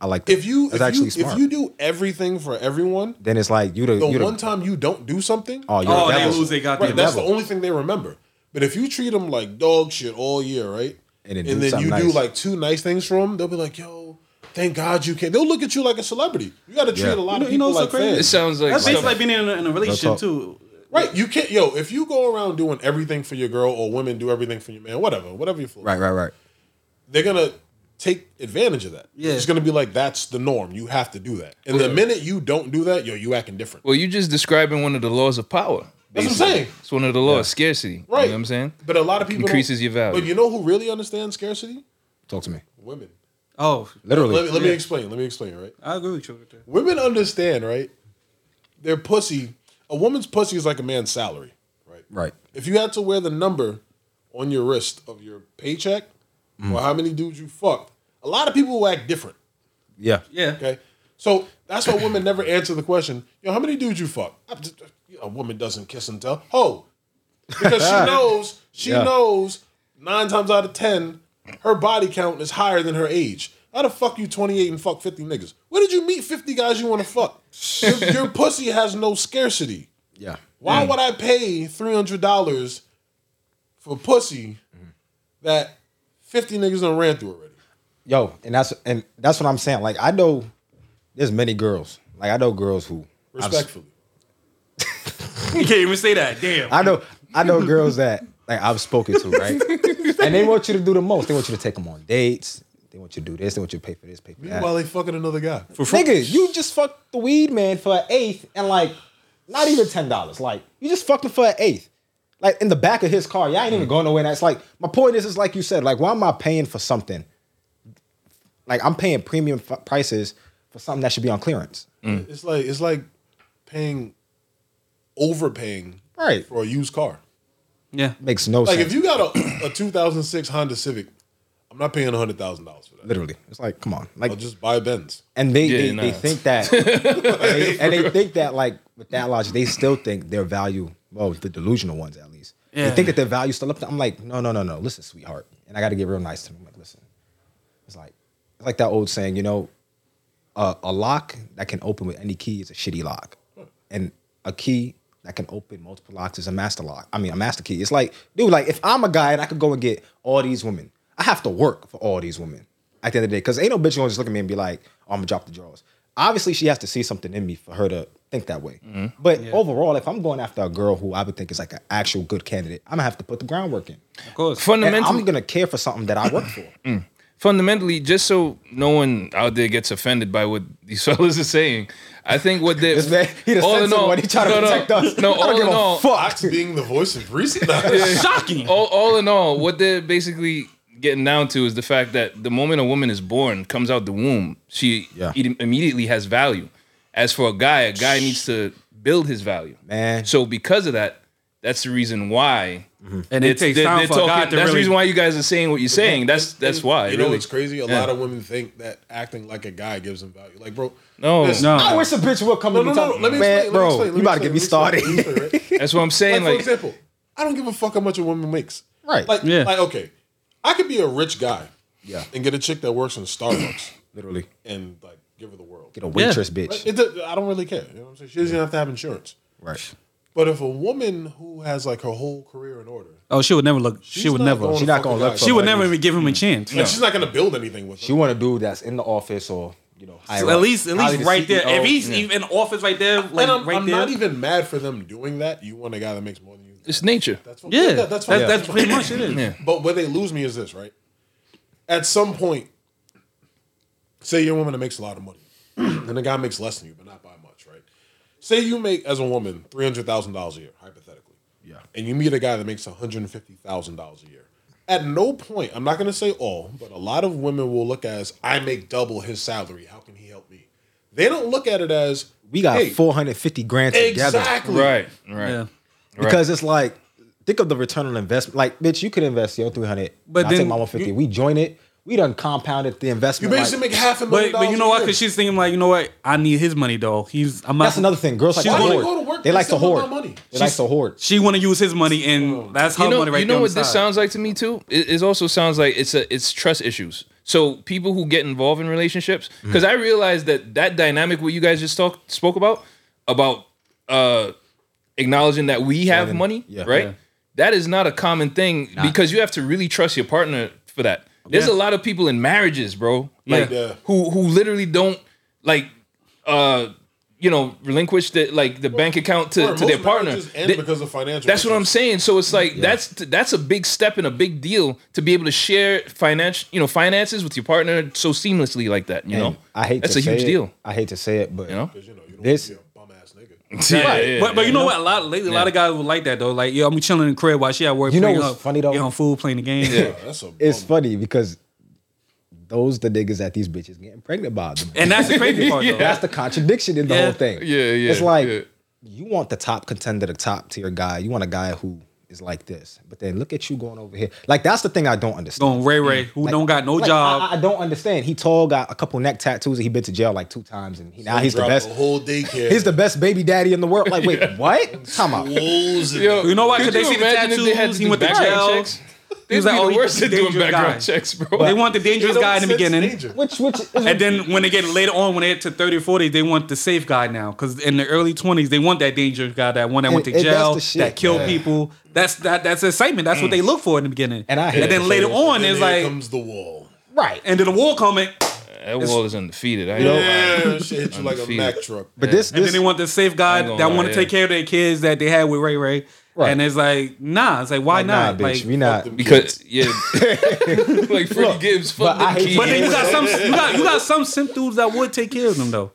I like that.
If you
That's
if
actually
you,
smart.
if you do everything for everyone,
then it's like you the,
the
you the
one time you don't do something,
oh, you're
Oh,
a
they
devil.
lose. They got
right,
the
that's the
devil.
only thing they remember. But if you treat them like dog shit all year, right?
And
And,
then do
then
something
you do
nice.
like two nice things for them, they'll be like, yo, thank God you came. They'll look at you like a celebrity. You got to treat a
Yeah.
lot
You know-
of
you know
people
what's so
like
crazy?
It
fans.
sounds like
That's basically
stuff-
like being in a, in a relationship too.
Right, you can't, yo. If you go around doing everything for your girl or women do everything for your man, whatever, whatever you feel,
Right, right, right.
they're gonna take advantage of that.
Yeah.
it's gonna be like that's the norm. You have to do that. And the minute you don't do that, yo, you acting different.
Well, you just describing one of the laws of power.
That's what I'm
basically.
saying.
It's one of the laws, scarcity.
Right,
You know what I'm saying?
But a lot of people don't-
Increases your value.
But you know who really understands scarcity?
Talk to me.
Women.
Oh,
Literally.
Let me, let me explain. Let me explain. Right.
I agree with you. Right there.
Women understand, right? Their pussy, a woman's pussy is like a man's salary, right?
Right.
If you had to wear the number on your wrist of your paycheck or how many dudes you fucked, a lot of people will act different,
Yeah.
Yeah.
okay? So that's why women never answer the question, yo, how many dudes you fuck? I'm just- A woman doesn't kiss and tell. Ho. Because she knows, she
Yeah.
knows nine times out of 10, her body count is higher than her age. How the fuck you 28 and fuck 50 niggas? Where did you meet 50 guys you want to fuck? your, your pussy has no scarcity.
Yeah.
Why would I pay three hundred dollars for pussy that fifty niggas done ran through already?
Yo, and that's and that's what I'm saying. Like I know there's many girls. Like I know girls who I've-
Respectfully,
You can't even say that. Damn.
I know I know girls that like I've spoken to, right? and they want you to do the most. They want you to take them on dates. They want you to do this. They want you to pay for this, pay for that.
while they fucking another guy.
Nigga, you just fucked the weed man for an eighth and like not even ten dollars. Like you just fucked him for an eighth. like in the back of his car. Yeah, I ain't
Mm.
even going nowhere. And it's like my point is, is like you said, like why am I paying for something? Like I'm paying premium f- prices for something that should be on clearance.
It's like it's like paying overpaying
Right.
for a used car.
Yeah.
Makes no
Like
sense.
if you got a, a 2006 Honda Civic, I'm not paying hundred thousand dollars for that.
Literally, it's like come on, like
I'll just buy a Benz.
and they
Yeah,
they,
nah.
they think that they- and they think that like with that logic they still think their value well the delusional ones at least
Yeah.
they think that their value's still up there. i'm like no no no no listen sweetheart and i got to get real nice to them I'm like listen it's like it's like that old saying you know a, a lock that can open with any key is a shitty lock and a key that can open multiple locks is a master lock i mean a master key it's like dude like if i'm a guy and i could go and get all these women i have to work for all these women at the end of the day because ain't no bitch gonna just look at me and be like oh, i'm gonna drop the drawers obviously she has to see something in me for her to think that way
Mm-hmm.
but overall if i'm going after a girl who i would think is like an actual good candidate i'm gonna have to put the groundwork in
Of course.
and
Fundamentally,
i'm gonna care for something that i work for
Mm. fundamentally, just so no one out there gets offended by what these fellas are saying, I think what they
This man, he the sensitive one. He trying to
no, no,
protect us.
No,
I don't
all
give
in
a
all,
fuck.
Ox being the voice of reason.
Shocking.
all, all in all, what they're basically getting down to is the fact that the moment a woman is born, comes out the womb, she
Yeah.
it immediately has value. As for a guy, a guy needs to build his value.
Man.
So because of that, that's the reason why.
And it
It's-
takes
they're-
time
they're
for a guy
talking-
to
That's the
really.
reason why you guys are saying what you're saying. That's that's why.
You know
really.
what's crazy? A
Yeah.
lot of women think that acting like a guy gives them value. Like, bro,
No.
this-
No.
I wish a bitch would come
no,
to
no,
me
no.
talk-
Let me explain.
man,
let me
bro.
explain, let
you
me
about to get me
explain, let
started.
me explain, let me explain, right?
That's what I'm saying.
like, for
Like,
example, I don't give a fuck how much a woman makes.
Right.
Like,
Yeah.
like okay, I could be a rich guy.
Yeah.
And get a chick that works in Starbucks
Literally,
and like give her the world.
get a waitress,
Right?
bitch.
It, do- I don't really care. You know what I'm saying? She doesn't have to have insurance.
Right.
But if a woman who has like her whole career in order,
Oh, she would never look.
she's
She would
not
never.
going
She not
fuck a
gonna look
guy.
for
She would
Like,
never even give him a chance.
Like, she's not gonna build anything with.
She
her.
want a dude that's in the office or you know higher
At
up.
least, at
Probably
least
the
right there.
CEO.
If he's even in office right there, like
and I'm,
right
I'm
there.
not even mad for them doing that. You want a guy that makes more than you.
it's nature.
That's fine.
yeah,
that-
that's
fine.
that's, pretty much it. Is.
Yeah.
But where they lose me is this, right? At some point, say you're a woman that makes a lot of money, and the guy makes less than you, but not by much, right? Say you make as a woman three hundred thousand dollars a year, hypothetically. Yeah. And you meet a guy that makes one hundred and fifty thousand dollars a year. At no point, I'm not going to say all, but a lot of women will look as I make double his salary. How can he help me? They don't look at it as
we got
hey,
450 grand together
exactly
Right. Right.
Yeah.
because it's like think of the return on investment. Like, bitch, you could invest your 300,
But
but I
then
take my 150. we join it. We done compounded the
You
investment.
basically
like,
make half a million.
But but you
dollars
know
a
what?
year.
Because she's thinking like, you know what? I need his money though. He's I'm not.
that's another thing. Girls like
She's
to
gonna
hoard.
go to work
they
and
like to
save up my
hoard.
money.
They like to hoard.
She want to use his money, and that's how
you know,
money right
you know
there.
what this sounds like to me too. It, it also sounds like it's a it's trust issues. So people who get involved in relationships, because I realized that that dynamic what you guys just talk spoke about about uh acknowledging that we have money,
yeah.
right?
Yeah.
That is not a common thing because you have to really trust your partner for that. There's a lot of people in marriages, bro, like
Yeah.
who who literally don't like uh you know relinquish the like the bank account to,
Or
to their
most
partner.
marriages end
They-
because of financial.
that's what I'm
reasons.
saying. So it's like that's that's a big step and a big deal to be able to share financial, you know, finances with your partner so seamlessly like that. You know,
And I hate
that's
to
a huge
say it.
deal.
I hate to say it, but
You know,
You know, you don't
This-
wanna be a bum ass nigga.
Yeah, yeah,
but, but
yeah.
you know what? A lot lately, a lot of guys would like that though. Like, yo, I'm chilling in the crib while she at work.
You know
playing
what's
her-
funny, though?
Getting on food, playing the game.
That's a bum.
it's
Um,
funny because those the niggas that these bitches getting pregnant by. The
And that's the crazy part though.
That's the contradiction in the
Yeah.
whole thing.
Yeah, yeah,
It's like
yeah.
you want the top contender, the top tier guy. You want a guy who is like this, but then look at you going over here. Like that's the thing I don't understand.
Going Ray Ray, who
Like-
don't got no
like,
job.
I, I don't understand. He tall, got a couple neck tattoos, and he been to jail like two times, and he, now he's the
Drop
best.
A whole daycare.
He's the best baby daddy in the world. Like, wait, what? Time out.
Wolves and-
you know why?
Could
Because they
you
see the
imagine if
tattoos.
they had to
he
do
went to
background
jail.
checks?
He was
They'd
like,
be
oh,
the worst at doing
dangerous
background
guy.
checks, bro.
They want the dangerous
They
guy in the
don't sense
beginning.
danger.
Which which is
And then when they get later on, when they get to 30 or 40, they want the safe guy now. Because in the early 20s, they want that dangerous guy, that one that went to
And- and that's
jail,
the shit,
that killed
man.
people. That's that that's excitement. That's what
Mm.
they look for in the beginning.
And I hate
then
it.
later on,
then
it's
here
like,
comes the wall.
right.
and then the wall coming, and
that wall is undefeated. I
know- uh,
Yeah, shit hit you like a
Undefeated.
Mack truck.
But this
then
this
they want the safe guy
ain't gonna
that
lie,
want to
yeah.
take care of their kids that they had with Ray Ray.
Right.
And it's like, nah, it's like, why
nah,
not?
bitch,
Like,
we not.
because yeah, like Freddie Gibbs, fuck
but I
them
hate-
But then you
kids.
got some you got you got some simp dudes that would take care of them though.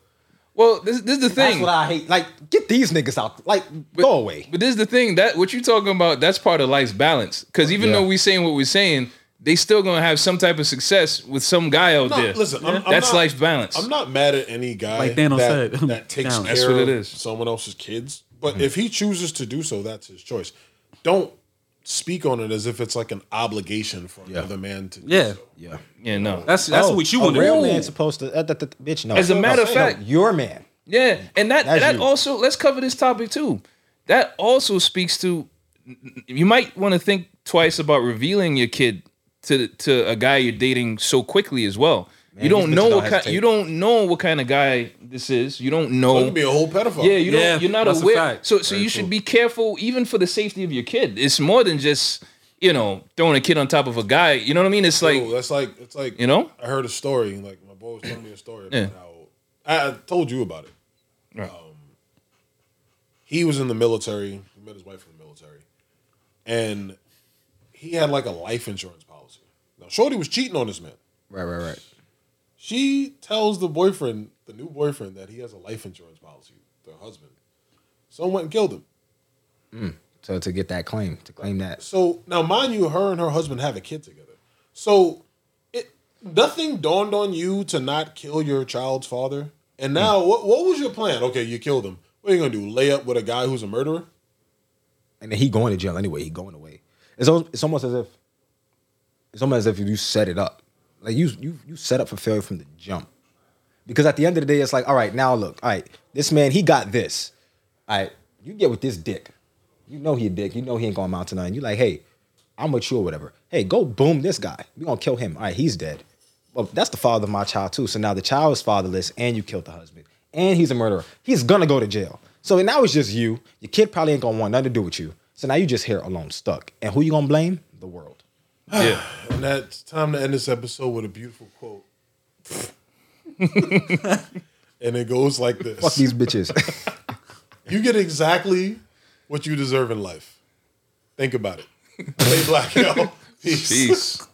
Well, this, this is the
That's
thing.
what I hate. Like, get these niggas out. Like, go away.
But this is the thing that what you talking about. That's part of life's balance. Because even
Yeah.
though we saying what we're saying, they still gonna have some type of success with some guy out
No,
there.
listen, I'm- I'm
that's
not-
life's balance.
I'm not mad at any guy
Like Thanos
that,
said,
that takes
balance.
care
That's what it
of
is.
someone else's kids. But
Mm-hmm.
if he chooses to do so, that's his choice. Don't speak on it as if it's like an obligation for another man to. do
Yeah.
so.
Yeah.
yeah, no.
That's that's
Oh,
what you want
A
to
real
do.
man's supposed to. Uh, that, that, bitch, no.
As a matter of
No,
fact-
your man.
Yeah, and that
That's
that
you.
also let's cover this topic too. That also speaks to you might want to think twice about revealing your kid to to a guy you're dating so quickly as well. you don't
these bitches
know
don't
what kind,
hesitate.
you don't know what kind of guy this is. You don't
It
know.
could be a whole pedophile.
Yeah, you don't.
Yeah,
you're not
that's a
aware.
fact.
So so you should be careful even for the safety of your kid. It's more than just you know throwing a kid on top of a guy. You know what I mean? It's like
Yo, that's like it's like
You know?
I heard a story. Like my boy was telling me a story about
Yeah.
how I, I told you about it.
Right.
Um, he was in the military. He met his wife in the military, and he had like a life insurance policy. Now, Shorty was cheating on this man.
Right, right, right.
She tells the boyfriend, the new boyfriend, that he has a life insurance policy. The husband. Someone went and killed him.
So to get that claim, to claim that.
So now, mind you, her and her husband have a kid together. So it nothing dawned on you to not kill your child's father. And now, what what was your plan? Okay, you killed him. What are you gonna do? Lay up with a guy who's a murderer?
and then he going to jail anyway. He going away. It's al- it's almost as if it's almost as if you set it up. Like you you you set up for failure from the jump. Because at the end of the day, it's like, all right, now look, all right, this man he got this. All right, you get with this dick. You know he a dick. You know he ain't gonna amount to nothing. You like, hey, I'm with you or whatever. Hey, go boom this guy. We gonna kill him. All right, he's dead. Well, that's the father of my child too. So now the child is fatherless, and you killed the husband, and he's a murderer. He's gonna go to jail. So now it's just you. Your kid probably ain't gonna want nothing to do with you. So now you just here alone, stuck. And who you gonna blame? The world.
yeah.
And that's time to end this episode with a beautiful quote. and it goes like
Fuck
this:
these bitches.
You get exactly what you deserve in life. Think about it. Play black, y'all. Peace.
Peace.